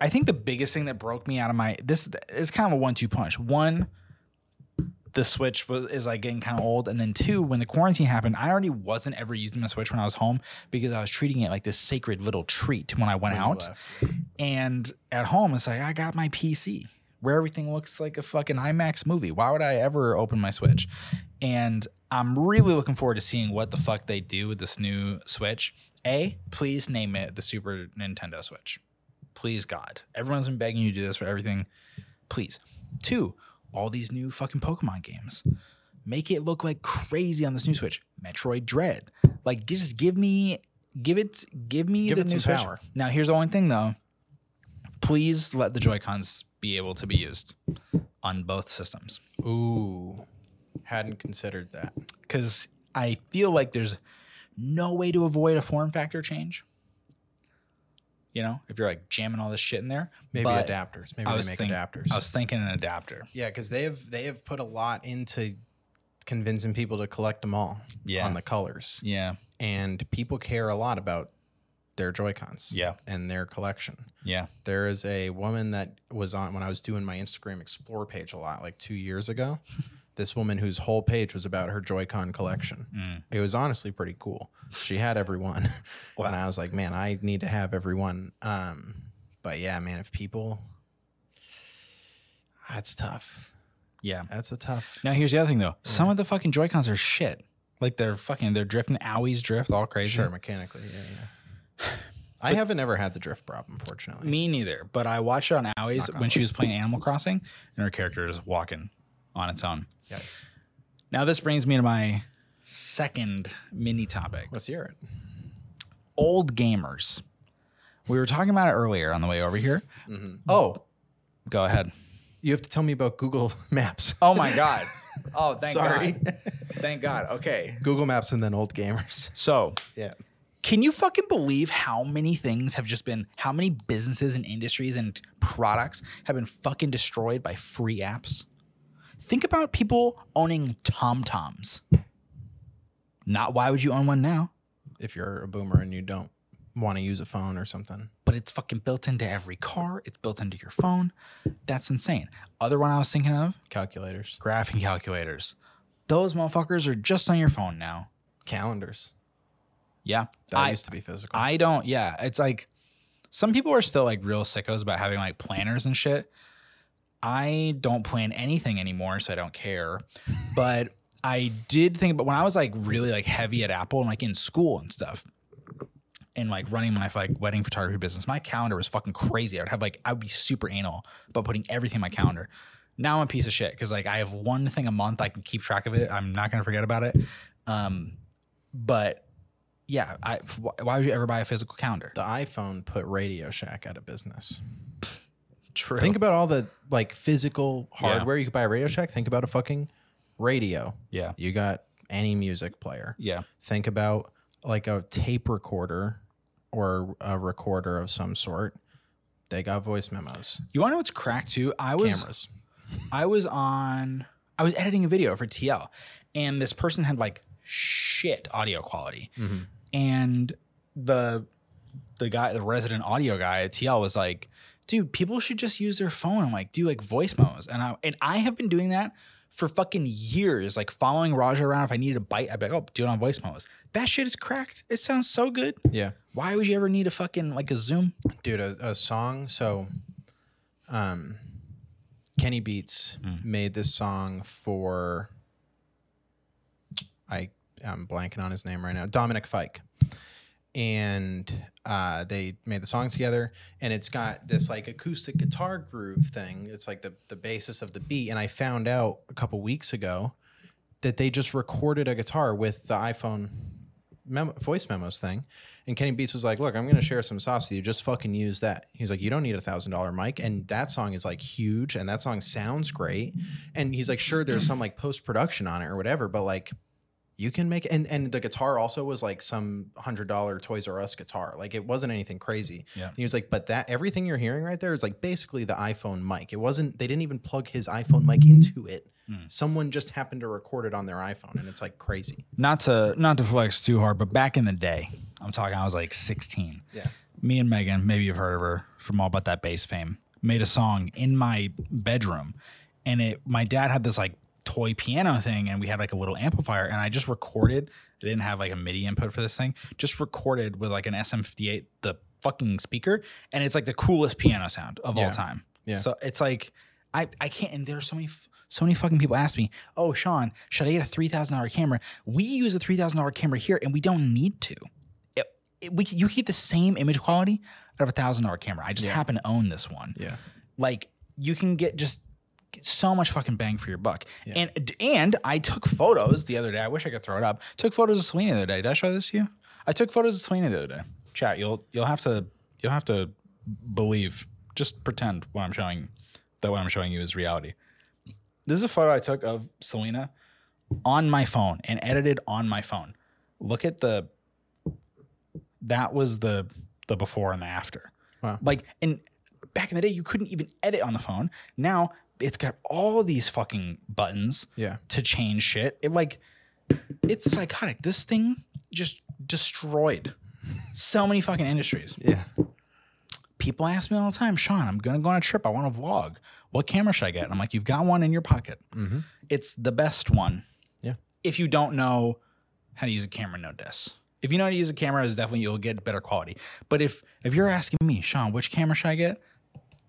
S2: I think the biggest thing that broke me out of my this is kind of a one-two punch. One, the Switch was is like getting kind of old, and then two, when the quarantine happened, I already wasn't ever using my Switch when I was home because I was treating it like this sacred little treat when I went out. And at home, it's like I got my PC where everything looks like a fucking IMAX movie. Why would I ever open my Switch? And I'm really looking forward to seeing what the fuck they do with this new Switch. A, please name it the Super Nintendo Switch. Please, God. Everyone's been begging you to do this for everything. Please. Two, all these new fucking Pokemon games. Make it look like crazy on this new Switch. Metroid Dread. Like just give me give it give me
S1: Give
S2: the
S1: it some
S2: new Switch.
S1: power.
S2: Now here's the only thing though. Please let the Joy-Cons be able to be used on both systems
S1: Ooh, hadn't considered that.
S2: cuz I feel like there's no way to avoid a form factor change. You know, if you're like jamming all this shit in there,
S1: Maybe
S2: But
S1: adapters. Maybe
S2: I
S1: they
S2: was
S1: make
S2: think-
S1: adapters.
S2: I was thinking an adapter.
S1: yeah, because they have they have put a lot into convincing people to collect them all
S2: Yeah.
S1: on the colors,
S2: yeah.
S1: and people care a lot about their Joy Cons
S2: Yeah.
S1: and their collection.
S2: Yeah.
S1: There is a woman that was on when I was doing my Instagram Explore page a lot, like two years ago. this woman whose whole page was about her Joy-Con collection.
S2: Mm.
S1: It was honestly pretty cool. She had every one,
S2: Wow.
S1: and I was like, man, I need to have every one. Um, but yeah, man, if people, that's tough.
S2: Yeah.
S1: That's a tough.
S2: Now here's the other thing though. Some of the fucking Joy Cons are shit. Like they're fucking they're drifting. Owie's drift all crazy.
S1: Sure, mechanically, yeah, yeah. I haven't ever had the drift problem, fortunately.
S2: Me neither. But I watched it on Owie's
S1: Knock on
S2: when she was playing Animal Crossing, and her character is walking on its own.
S1: Yikes.
S2: Now this brings me to my second mini topic:
S1: Let's hear it.
S2: old gamers. We were talking about it earlier on the way over here.
S1: Oh,
S2: Go ahead.
S1: you have to tell me about Google Maps.
S2: Oh my god. Oh, thank
S1: Sorry.
S2: God. Thank God. Okay.
S1: Google Maps and then old gamers.
S2: So
S1: Yeah.
S2: Can you fucking believe how many things have just been, how many businesses and industries and products have been fucking destroyed by free apps? Think about people owning TomToms. Not why would you own one now,
S1: If you're a boomer and you don't want to use a phone or something.
S2: but it's fucking built into every car, it's built into your phone. That's insane. Other one I was thinking of
S1: Calculators.
S2: graphing calculators. Those motherfuckers are just on your phone now.
S1: Calendars.
S2: Yeah.
S1: That
S2: I-
S1: used to be physical.
S2: I don't. Yeah, it's like some people are still like real sickos about having like planners and shit. I don't plan anything anymore, so I don't care. But I did think about when I was like really like heavy at Apple and like in school and stuff. And like running my like wedding photography business, my calendar was fucking crazy. I would have like I would be super anal about putting everything in my calendar. Now I'm a piece of shit because like I have one thing a month I can keep track of it. I'm not gonna forget about it. Um, but yeah, I, f- wh- why would you ever buy a physical calendar?
S1: the iPhone put Radio Shack out of business.
S2: True.
S1: Think about all the like physical
S2: Yeah.
S1: hardware you could buy a Radio Shack. Think about a fucking radio.
S2: yeah.
S1: You got any music player.
S2: Yeah.
S1: Think about like a tape recorder or a recorder of some sort. They got voice memos,
S2: You want to know what's cracked too? I was
S1: cameras.
S2: I was on I was editing a video for TL and this person had like shit audio quality.
S1: Mhm.
S2: And the the guy, the resident audio guy at TL was like, dude, people should just use their phone and like do like voice memos. And I and I have been doing that for fucking years, like following Raja around. If I needed a bite, I'd be like, oh, do it on voice memos. That shit is cracked. It sounds so good.
S1: Yeah.
S2: Why would you ever need a fucking like a Zoom?
S1: dude a, a song so um kenny beats made this song for i i'm blanking on his name right now dominic fike and uh, they made the song together and it's got this like acoustic guitar groove thing it's like the, the basis of the beat and i found out a couple weeks ago that they just recorded a guitar with the iphone memo, voice memos thing and kenny beats was like look i'm going to share some sauce with you just fucking use that he's like you don't need a thousand dollar mic and that song is like huge and that song sounds great and he's like sure there's some like post-production on it or whatever but like you can make and and the guitar also was like some hundred dollar Toys R Us guitar. Like it wasn't anything crazy.
S2: Yeah.
S1: And he was like, but that everything you're hearing right there is like basically the iPhone mic. It wasn't they didn't even plug his iPhone mic into it. Someone just happened to record it on their iPhone and it's like crazy.
S2: not to not to flex too hard, but back in the day, I'm talking I was like 16.
S1: Yeah.
S2: Me and Megan, maybe you've heard of her from All About That Bass fame, made a song in my bedroom, and it my dad had this like toy piano thing, and we had like a little amplifier, and I just recorded. I didn't have like a MIDI input for this thing. Just recorded with like an SM58 the fucking speaker, and it's like the coolest piano sound of all
S1: Yeah.
S2: time.
S1: Yeah.
S2: So it's like. I, I can't and there are so many f- so many fucking people ask me, oh Sean, should I get a three thousand dollar camera? We use a three thousand dollar camera here, and we don't need to. It, it, we c- you can get the same image quality out of a thousand dollar camera. I just
S1: Yeah.
S2: happen to own this one.
S1: Yeah.
S2: Like you can get just Get so much fucking bang for your buck. And and I took photos the other day. I wish I could throw it up. Took photos of Selena the other day. Did I show this to you? I took photos of Selena the other day. Chat, you'll you'll have to you'll have to believe. Just pretend what I'm showing that what I'm showing you is reality. This is a photo I took of Selena on my phone and edited on my phone. Look at the that was the the before and the after.
S1: Wow.
S2: Like and back in the day you couldn't even edit on the phone. Now it's got all these fucking buttons
S1: Yeah.
S2: to change shit. It like it's psychotic. This thing just destroyed so many fucking industries.
S1: Yeah.
S2: People ask me all the time, Sean, I'm gonna go on a trip. I want to vlog. What camera should I get? And I'm like, you've got one in your pocket.
S1: Mm-hmm.
S2: It's the best one.
S1: Yeah.
S2: If you don't know how to use a camera, no dis. If you know how to use a camera, is definitely you'll get better quality. But if if you're asking me, Sean, which camera should I get?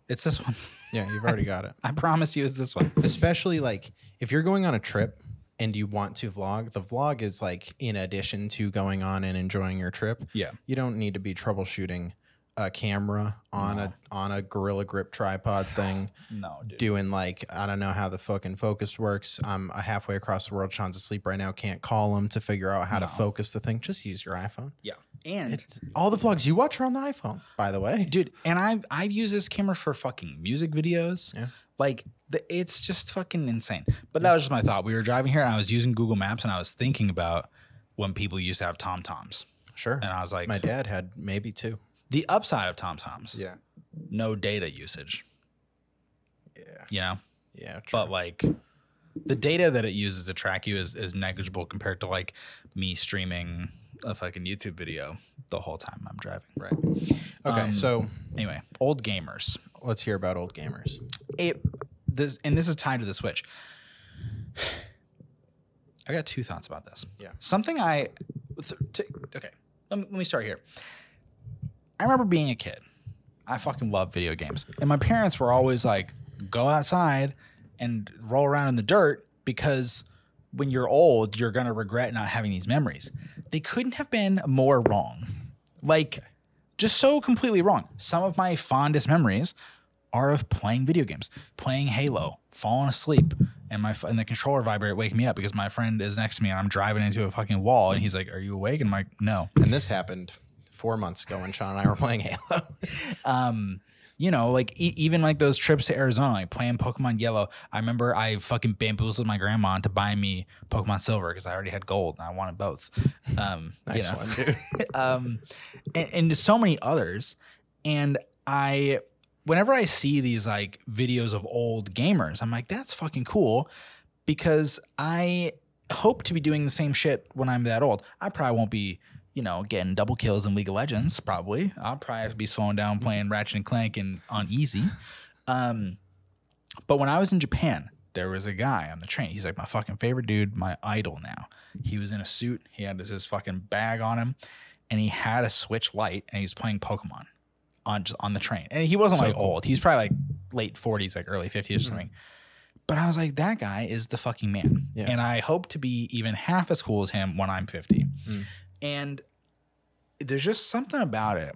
S2: It's this one.
S1: Yeah. You've already got it.
S2: I promise you, it's this one.
S1: especially like if you're going on a trip and you want to vlog the vlog is like in addition to going on and enjoying your trip
S2: Yeah.
S1: you don't need to be troubleshooting a camera on a on a gorilla grip tripod thing
S2: No, dude.
S1: doing like i don't know how the fucking focus works i'm halfway across the world sean's asleep right now can't call him to figure out how to focus the thing just use your iphone
S2: Yeah. And
S1: all the vlogs you watch are on the iphone by the way
S2: dude and i've i've used this camera for fucking music videos
S1: Yeah.
S2: like the, it's just fucking insane but that was just my thought we were driving here and i was using google maps and i was thinking about when people used to have tom toms
S1: sure
S2: and i was like
S1: my dad had maybe two
S2: the upside of tom toms
S1: yeah
S2: no data usage
S1: yeah
S2: you know
S1: yeah true.
S2: but like the data that it uses to track you is, is negligible compared to like me streaming a fucking youtube video the whole time i'm driving right
S1: okay
S2: um,
S1: so
S2: anyway old gamers
S1: let's hear about old gamers
S2: it this and this is tied to the switch i got two thoughts about this
S1: Yeah.
S2: something i th- t- okay let me, let me start here i remember being a kid i fucking love video games and my parents were always like go outside and roll around in the dirt because when you're old you're going to regret not having these memories they couldn't have been more wrong like just so completely wrong some of my fondest memories are of playing video games, playing Halo, falling asleep, and my and the controller vibrate waking me up because my friend is next to me and I'm driving into a fucking wall and he's like, "Are you awake?" And I'm like, "No."
S1: And this happened four months ago when Sean and I were playing Halo.
S2: Um, you know, like e- even like those trips to Arizona, like playing Pokemon Yellow. I remember I fucking bamboozled my grandma into buying me Pokemon Silver because I already had Gold and I wanted both. Um, you know.
S1: one, dude.
S2: um, and, and so many others. And I, whenever I see these like videos of old gamers, I'm like, that's fucking cool because I hope to be doing the same shit when I'm that old. I probably won't be, you know, getting double kills in League of Legends, probably. I'll probably have to be slowing down playing Ratchet and Clank and on easy. Um, but when I was in Japan, there was a guy on the train. He's like my fucking favorite dude, my idol now. He was in a suit. He had his fucking bag on him, and he had a Switch light, and he was playing Pokemon on just on the train. And he wasn't
S1: So
S2: like
S1: cool.
S2: old. He's probably like late forties, like early fifties or
S1: Mm-hmm.
S2: something. But I was like, that guy is the fucking man,
S1: Yeah.
S2: and I hope to be even half as cool as him when I'm fifty.
S1: Mm.
S2: And there's just something about it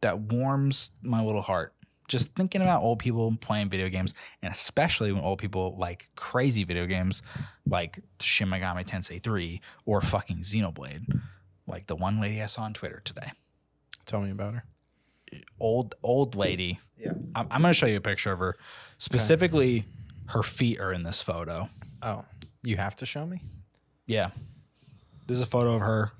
S2: that warms my little heart. Just thinking about old people playing video games, and especially when old people like crazy video games like Shin Megami Tensei 3 or fucking Xenoblade, like the one lady I saw on Twitter today.
S1: Tell me about her.
S2: Old, old lady.
S1: Yeah.
S2: I'm, I'm going to show you a picture of her. Specifically, her feet are in this photo.
S1: Oh, you have to show me?
S2: Yeah. This is a photo of her.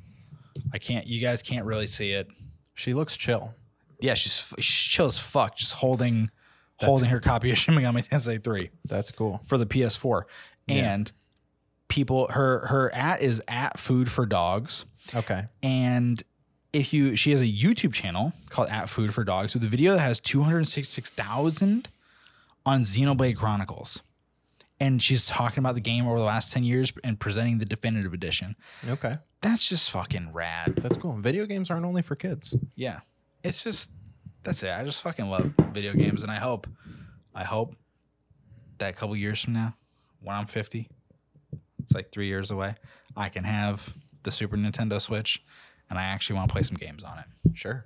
S2: I can't, you guys can't really see it.
S1: She looks chill.
S2: Yeah, she's, she's chill as fuck, just holding holding her copy of Shin Megami Tensei 3
S1: That's cool.
S2: for the PS4.
S1: Yeah.
S2: And people her her at is at food for dogs.
S1: Okay.
S2: And if you she has a YouTube channel called At Food for Dogs with a video that has 266,000 on Xenoblade Chronicles. And she's talking about the game over the last 10 years and presenting the definitive edition.
S1: Okay.
S2: That's just fucking rad.
S1: That's cool. Video games aren't only for kids.
S2: Yeah. It's just that's it. I just fucking love video games and I hope I hope that a couple years from now, when I'm 50, it's like 3 years away, I can have the Super Nintendo Switch and I actually want to play some games on it.
S1: Sure.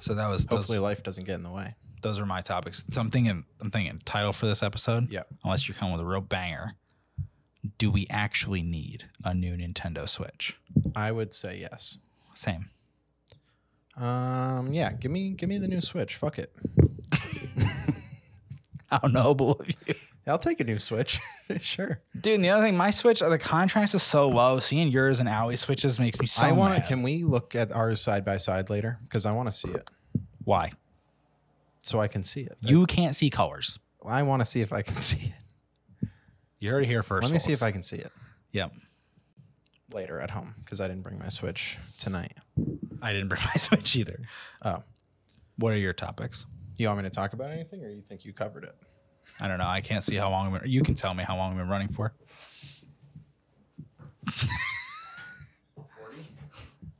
S2: So that was those,
S1: Hopefully, life doesn't get in the way.
S2: those are my topics. So I'm thinking, I'm thinking title for this episode.
S1: Yeah.
S2: Unless you're coming with a real banger. Do we actually need a new Nintendo Switch?
S1: I would say yes.
S2: Same.
S1: Um, yeah, give me give me the new Switch. Fuck it.
S2: How noble of you.
S1: I'll take a new Switch. sure.
S2: Dude, and the other thing, my Switch, the contrast is so low. Seeing yours and Owie's Switches makes me so
S1: I want
S2: mad.
S1: to. Can we look at ours side by side later? Because I want to see it,
S2: Why?
S1: so I can see it.
S2: You can't see colors.
S1: I want to see if I can see it.
S2: You heard it here first.
S1: Let me see
S2: folks.
S1: if I can see it
S2: Yep.
S1: later at home because I didn't bring my Switch tonight.
S2: I didn't bring my Switch either.
S1: Oh,
S2: What are your topics?
S1: you want me to talk about anything, or you think you covered it?
S2: I don't know. I can't see how long we've been. You can tell me how long we've been running for.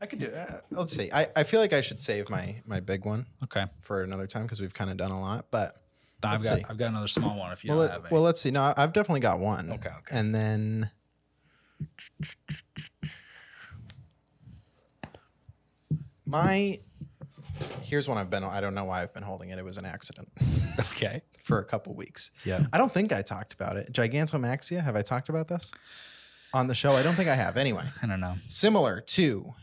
S1: I could do. Uh, let's see. I, I feel like I should save my my big one
S2: Okay.
S1: for another time because we've kind of done a lot. But
S2: I've
S1: Let's
S2: got
S1: see.
S2: I've got another small one if you
S1: well,
S2: don't
S1: let,
S2: have any.
S1: well, let's see. No, I- I've definitely got one.
S2: Okay, okay.
S1: And then my here's one I've been. I don't know why I've been holding it. It was an accident
S2: okay.
S1: for a couple weeks.
S2: Yeah.
S1: I don't think I talked about it. Gigantomaxia. Have I talked about this on the show? I don't think I have. Anyway,
S2: I don't know.
S1: similar to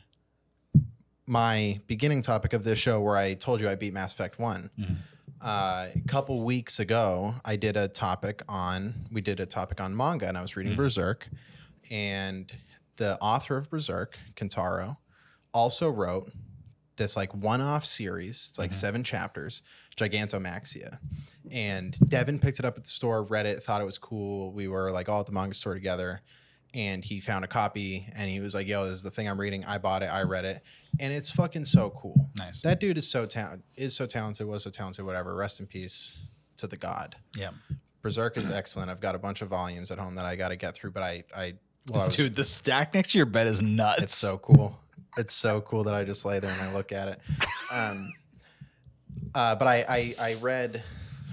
S1: my beginning topic of this show where I told you I beat Mass Effect one Uh, a couple weeks ago, I did a topic on we did a topic on manga, and I was reading Berserk, and the author of Berserk, Kentaro, also wrote this like one-off series. It's like
S2: Mm-hmm.
S1: seven chapters, Gigantomaxia, and Devin picked it up at the store, read it, thought it was cool. We were like all at the manga store together, and he found a copy, and he was like, "Yo, this is the thing I'm reading. I bought it. I read it, and it's fucking so cool."
S2: Nice.
S1: That dude is so talent is so talented, was so talented, whatever. Rest in peace to the god.
S2: Yeah.
S1: Berserk is excellent. I've got a bunch of volumes at home that I got to get through, but I I well, I was-
S2: Dude, the stack next to your bed is nuts.
S1: it's so cool. It's so cool that I just lay there and I look at it. Um, uh, but I, I I read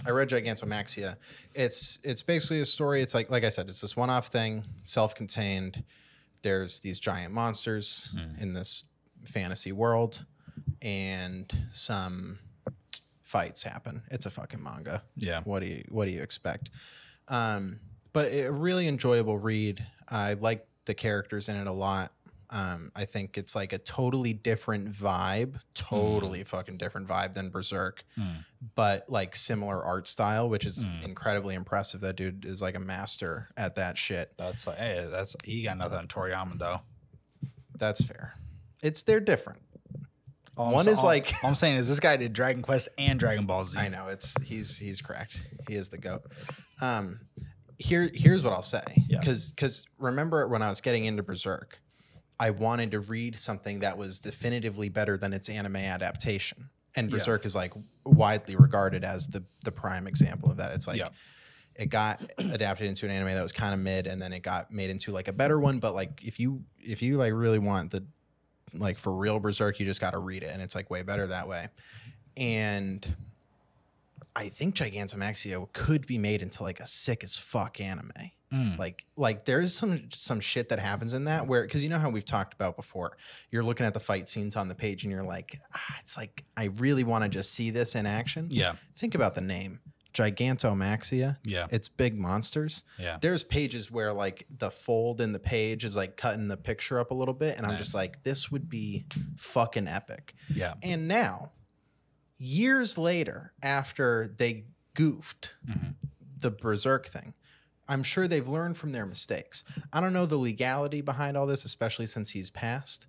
S1: I read Gigantomaxia. It's it's basically a story. It's like like I said, it's this one-off thing, self-contained. There's these giant monsters in this fantasy world, and some fights happen. It's a fucking manga.
S2: Yeah.
S1: What do you what do you expect? Um, but a really enjoyable read. I like the characters in it a lot. Um, I think it's like a totally different vibe, totally
S2: Mm.
S1: fucking different vibe than Berserk, but like similar art style, which is
S2: Mm.
S1: incredibly impressive. That dude is like a master at that shit.
S2: That's like, hey, that's he got nothing on Toriyama though.
S1: That's fair. It's they're different.
S2: All I'm
S1: One
S2: sa-
S1: is
S2: all-
S1: like-
S2: all I'm saying is this guy did Dragon Quest and Dragon Ball Z.
S1: I know it's he's he's cracked. He is the goat. Um, here here's what I'll say
S2: Yeah.
S1: because remember when I was getting into Berserk, I wanted to read something that was definitively better than its anime adaptation, and
S2: Yeah.
S1: Berserk is like widely regarded as the the prime example of that. It's like
S2: Yeah.
S1: it got adapted into an anime that was kind of mid, and then it got made into like a better one. But like if you if you like really want the like for real Berserk, you just got to read it, and it's like way better that way. And I think Gigantomaxia could be made into like a sick as fuck anime.
S2: Mm.
S1: Like, like there's some some shit that happens in that where because you know how we've talked about before, you're looking at the fight scenes on the page and you're like, ah, it's like I really want to just see this in action.
S2: Yeah.
S1: Think about the name, Gigantomaxia.
S2: Yeah.
S1: It's big monsters.
S2: Yeah.
S1: There's pages where like the fold in the page is like cutting the picture up a little bit, and I'm just like, this would be fucking epic.
S2: Yeah.
S1: And now, years later, after they goofed the Berserk thing, I'm sure they've learned from their mistakes. I don't know the legality behind all this, especially since he's passed.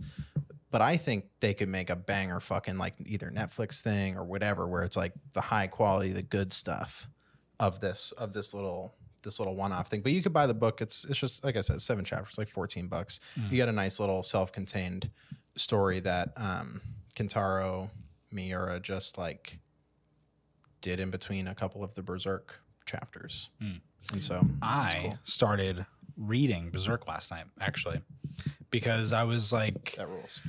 S1: But I think they could make a banger fucking like either Netflix thing or whatever, where it's like the high quality, the good stuff of this of this little this little one-off thing. But you could buy the book. It's it's just like I said, seven chapters, like 14 bucks. You get a nice little self-contained story that um Kentaro Miura just like did in between a couple of the Berserk chapters. And so
S2: I started reading Berserk last night, actually, because I was like,
S1: that rules.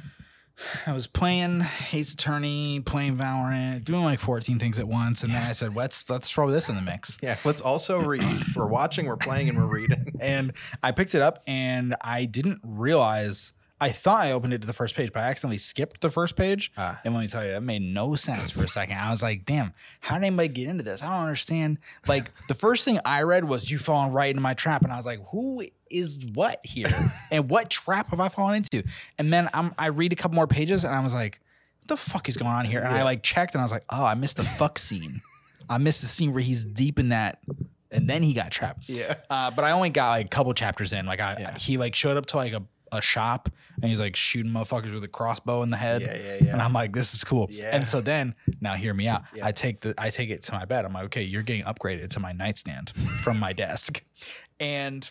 S2: I was playing Hate's Attorney, playing Valorant, doing like 14 things at once. And then I said, let's, let's throw this in the mix.
S1: Yeah, let's also read. we're watching, we're playing, and we're reading.
S2: and I picked it up and I didn't realize. I- I thought I opened it to the first page, but I accidentally skipped the first page.
S1: Ah.
S2: and let me tell you, that made no sense for a second. I was like, damn, how did anybody get into this? I don't understand. Like, the first thing I read was you falling right into my trap. And I was like, who is what here? and what trap have I fallen into? And then I'm, I read a couple more pages and I was like, what the fuck is going on here? And I like checked and I was like, oh, I missed the fuck scene. I missed the scene where he's deep in that. And then he got trapped.
S1: Yeah.
S2: Uh, but I only got like a couple chapters in. Like I,
S1: Yeah.
S2: he like showed up to like a, a shop and he's like shooting motherfuckers with a crossbow in the head.
S1: Yeah, yeah, yeah.
S2: And I'm like, this is cool.
S1: Yeah.
S2: And so then now hear me out.
S1: Yeah.
S2: I take the I take it to my bed. I'm like, okay, you're getting upgraded to my nightstand from my desk. And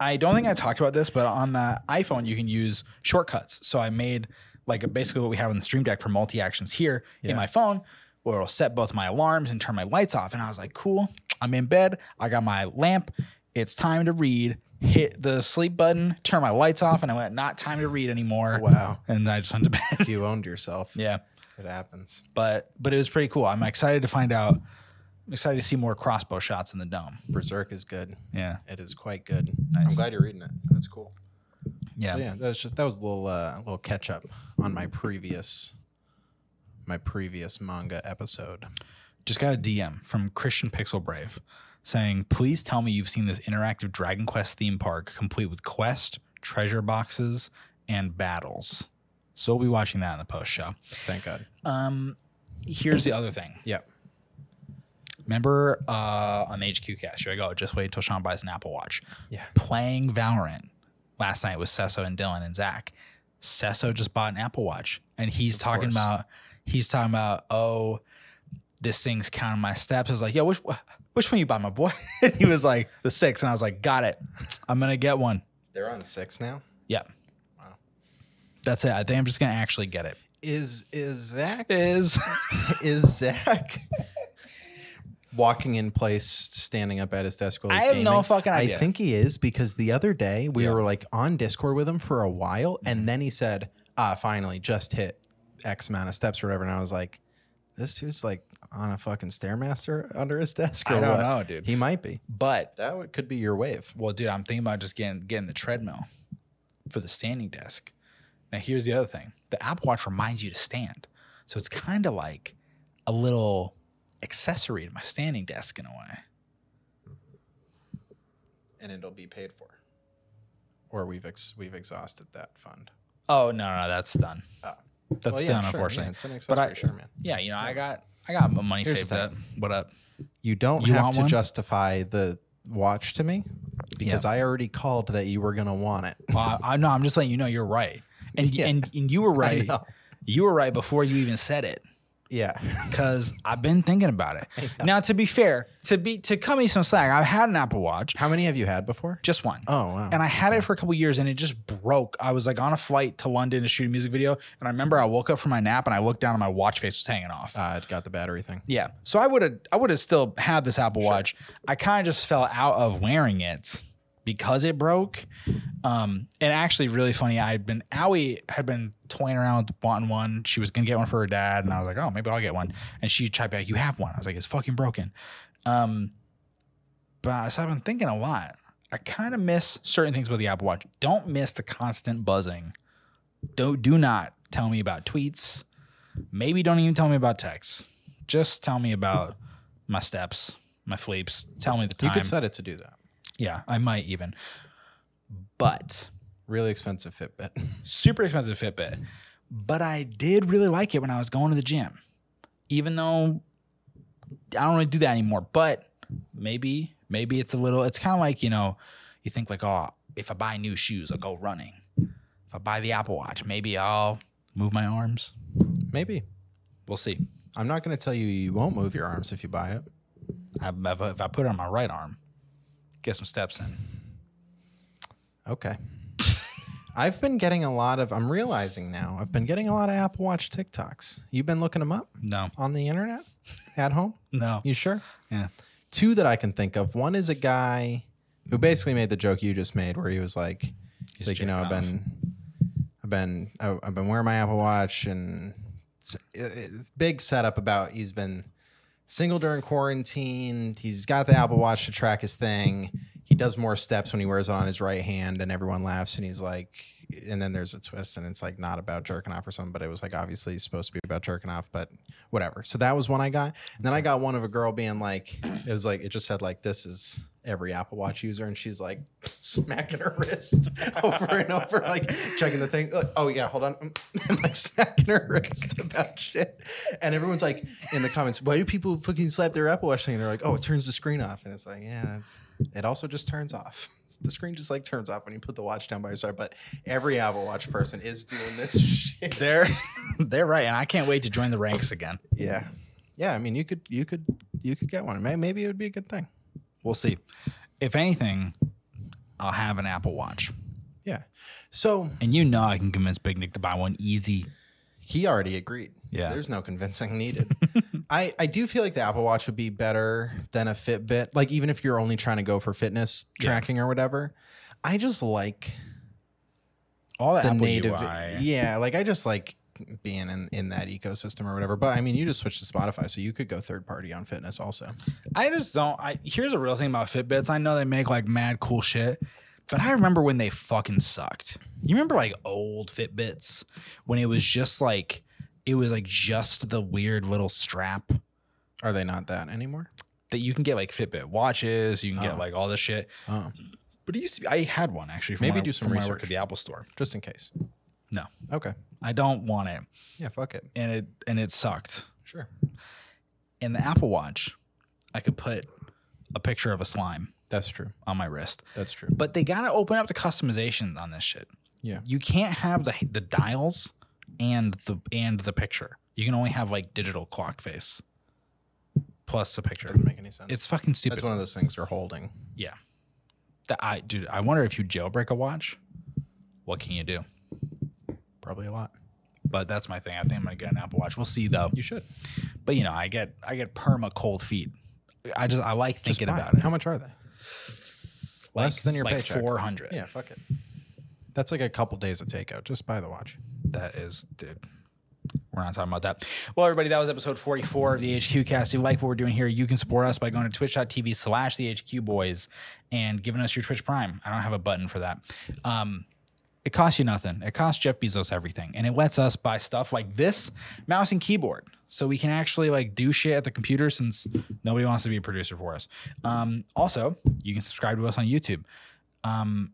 S2: I don't think I talked about this, but on the iPhone you can use shortcuts. So I made like basically what we have on the Stream Deck for multi actions here
S1: Yeah.
S2: in my phone, where it'll set both my alarms and turn my lights off. And I was like, cool. I'm in bed. I got my lamp. It's time to read. Hit the sleep button. Turn my lights off, and I went. Not time to read anymore.
S1: Wow.
S2: And I just went to bed.
S1: You owned yourself.
S2: yeah
S1: It happens.
S2: but but it was pretty cool. I'm excited to find out. I'm excited to see more crossbow shots in the dome.
S1: Berserk is good.
S2: Yeah,
S1: It is quite good. I'm
S2: Nice.
S1: glad you're reading it. That's cool.
S2: yeah.
S1: So yeah, that was just that was a little uh, a little catch up on my previous my previous manga episode.
S2: Just got a DM from Christian Pixel Brave saying, "Please tell me you've seen this interactive Dragon Quest theme park complete with quest, treasure boxes, and battles." So we'll be watching that in the post show.
S1: Thank God.
S2: Um, here's the other thing.
S1: Yeah.
S2: Remember uh, on the HQ cast, here I go. Just wait till Sean buys an Apple Watch.
S1: Yeah.
S2: Playing Valorant last night with Sesso and Dylan and Zach. Sesso just bought an Apple Watch, and he's talking
S1: course.
S2: about he's talking about oh, this thing's counting my steps. I was like, yo, which which one you buy, my boy? and he was like the six, and I was like, got it. I'm gonna get one.
S1: They're on six now.
S2: Yeah.
S1: Wow.
S2: That's it. I think I'm just gonna actually get it.
S1: Is is Zach
S2: Is
S1: is Zach walking in place, standing up at his desk? While
S2: I
S1: he's
S2: have no
S1: gaming?
S2: fucking idea.
S1: I think he is because the other day we
S2: Yeah. Mm-hmm.
S1: were like on Discord with him for a while, and then he said, "Ah, finally, just hit X amount of steps or whatever." And I was like, "This dude's like on a fucking stairmaster under his desk or
S2: I don't
S1: what?"
S2: know, dude.
S1: He might be.
S2: But
S1: That would, could be your wave.
S2: well, dude, I'm thinking about just getting getting the treadmill for the standing desk. Now, here's the other thing: the Apple Watch reminds you to stand, so it's kind of like a little accessory to my standing desk in a way.
S1: and it'll be paid for. Or we've ex- we've exhausted that fund.
S2: Oh no, no, that's done.
S1: Ah.
S2: That's
S1: Well, yeah,
S2: done,
S1: sure,
S2: unfortunately.
S1: yeah, it's an
S2: But I-
S1: accessory, sure, man.
S2: Yeah, you know, I got I got my money
S1: Here's
S2: saved
S1: the
S2: up. What up?
S1: You don't
S2: You
S1: have
S2: want
S1: to
S2: one?
S1: justify the watch to me because I already called that you were gonna want it.
S2: Well, I, I no, I'm just letting you know you're right, and
S1: Yeah.
S2: and and you were right.
S1: know.
S2: You were right before you even said it.
S1: Yeah.
S2: because I've been thinking about it. Now, to be fair, to be to cut me some slack, I've had an Apple Watch,
S1: How many have you had before?
S2: just one.
S1: Oh wow.
S2: And I had it for a couple years and it just broke. I was like on a flight to London to shoot a music video. And I remember I woke up from my nap and I looked down and my watch face was hanging off.
S1: uh, it got the battery thing.
S2: yeah. So I would have I would have still had this Apple Watch. I kind of just fell out of wearing it because it broke. Um, and actually really funny, I had been Owie had been toying around with wanting one. She was gonna get one for her dad, and I was like, Oh, maybe I'll get one. And she chimed back, You have one. I was like, It's fucking broken. Um but so I've been thinking a lot. I kind of miss certain things about the Apple Watch. Don't miss the constant buzzing. Don't do not tell me about tweets. Maybe don't even tell me about texts. Just tell me about my steps, my fleeps. Tell me the
S1: You
S2: time.
S1: could set it to do that.
S2: yeah, I might even. But
S1: Really expensive Fitbit.
S2: super expensive Fitbit. But I did really like it when I was going to the gym, even though I don't really do that anymore. But maybe, maybe it's a little, it's kind of like, you know, you think like, oh, if I buy new shoes, I'll go running. If I buy the Apple Watch, maybe I'll move my arms.
S1: Maybe.
S2: We'll see.
S1: I'm not gonna tell you you won't move your arms if you buy it.
S2: I, if I- if I put it on my right arm, get some steps in.
S1: Okay. I've been getting a lot of I'm realizing now, I've been getting a lot of Apple Watch TikToks. You've been looking them up?
S2: No,
S1: on the internet at home?
S2: no.
S1: You sure?
S2: Yeah.
S1: Two that I can think of. One is a guy who basically made the joke you just made, where he was like, he's like, you know, I've
S2: jerking
S1: been, I've been, I- I've been wearing my Apple Watch, and it's, it's big setup about he's been single during quarantine. He's got the Apple Watch to track his thing. He does more steps when he wears it on his right hand, and everyone laughs. And he's like, and then there's a twist, and it's like not about jerking off or something, but it was like obviously supposed to be about jerking off, but whatever. So that was one I got. And then I got one of a girl being like, it was like it just said like this is every Apple Watch user, and she's like smacking her wrist over and over, like checking the thing. Like, oh yeah, hold on, and like smacking her wrist about shit. And everyone's like in the comments, why do people fucking slap their Apple Watch thing? And they're like, oh, it turns the screen off, and it's like, yeah, that's, it also just turns off. The screen just like turns off when you put the watch down by your side, but every Apple Watch person is doing this shit.
S2: They're they're right, and I can't wait to join the ranks again.
S1: Yeah, yeah. I mean, you could, you could, you could get one. May- Maybe it would be a good thing.
S2: We'll see. If anything, I'll have an Apple Watch,
S1: Yeah. So
S2: and you know I can convince Big Nick to buy one easy.
S1: he already agreed.
S2: Yeah.
S1: There's no convincing needed. I, I do feel like the Apple Watch would be better than a Fitbit. Like, even if you're only trying to go for fitness
S2: Yeah.
S1: tracking or whatever, I just like
S2: All that
S1: the
S2: Apple
S1: native.
S2: UI.
S1: Yeah. Like, I just like being in, in that ecosystem or whatever. But I mean, you just switched to Spotify, so you could go third party on fitness also.
S2: I just don't. I here's a real thing about Fitbits. I know they make like mad cool shit, but I remember when they fucking sucked. You remember like old Fitbits when it was just like it was like just the weird little strap
S1: Are they not that anymore?
S2: that you can get like Fitbit watches. You can
S1: Oh.
S2: get like all this shit.
S1: Oh,
S2: But it used to be. I had one actually. From
S1: Maybe
S2: when I-
S1: do some
S2: from when I worked
S1: research.
S2: at the Apple Store.
S1: just in case.
S2: No.
S1: Okay.
S2: I don't want it,
S1: Yeah. Fuck it.
S2: and it and it sucked.
S1: Sure.
S2: In the Apple Watch, I could put a picture of a slime
S1: That's true.
S2: on my wrist.
S1: That's true.
S2: But they gotta open up to customization on this shit.
S1: Yeah.
S2: you can't have the the dials and the and the picture. You can only have like digital clock face plus the picture.
S1: Doesn't make any sense.
S2: It's fucking stupid.
S1: That's one of those things they're holding.
S2: yeah. That I dude, I wonder if you jailbreak a watch, what can you do?
S1: Probably a lot.
S2: But that's my thing. I think I'm gonna get an Apple Watch. We'll see though.
S1: You should.
S2: But you know, I get I get perma cold feet. I just I like thinking
S1: Why?
S2: about it.
S1: How much are they?
S2: Like,
S1: Less than your
S2: like
S1: paycheck.
S2: four hundred.
S1: Yeah, fuck it. That's like a couple days of takeout. Just buy the watch.
S2: That is, dude. We're not talking about that. Well, everybody, that was episode 44 of the HQ cast. If you like what we're doing here, you can support us by going to twitch.tv slash the HQ boys and giving us your Twitch Prime. I don't have a button for that. Um, it costs you nothing. It costs Jeff Bezos everything. And it lets us buy stuff like this mouse and keyboard. So we can actually like do shit at the computer since nobody wants to be a producer for us. Um, also, you can subscribe to us on YouTube. Um,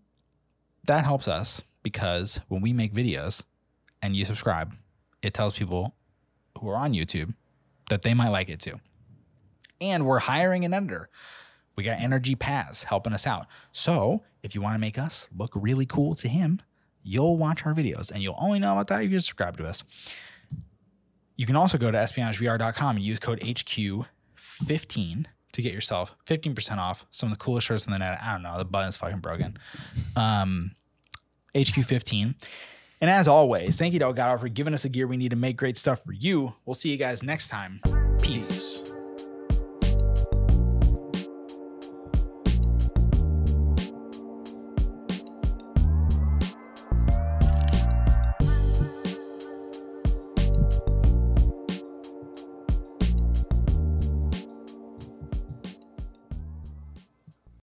S2: that helps us because when we make videos, and you subscribe, it tells people who are on YouTube that they might like it too. And we're hiring an editor. We got Energy Paz helping us out. So if you want to make us look really cool to him, you'll watch our videos and you'll only know about that if you subscribe to us. You can also go to espionagevr.com and use code HQ15 to get yourself 15% off some of the coolest shirts on the net. I don't know. The button's fucking broken. Um, HQ15. And as always, thank you to Elgato for giving us the gear we need to make great stuff for you. We'll see you guys next time. Peace.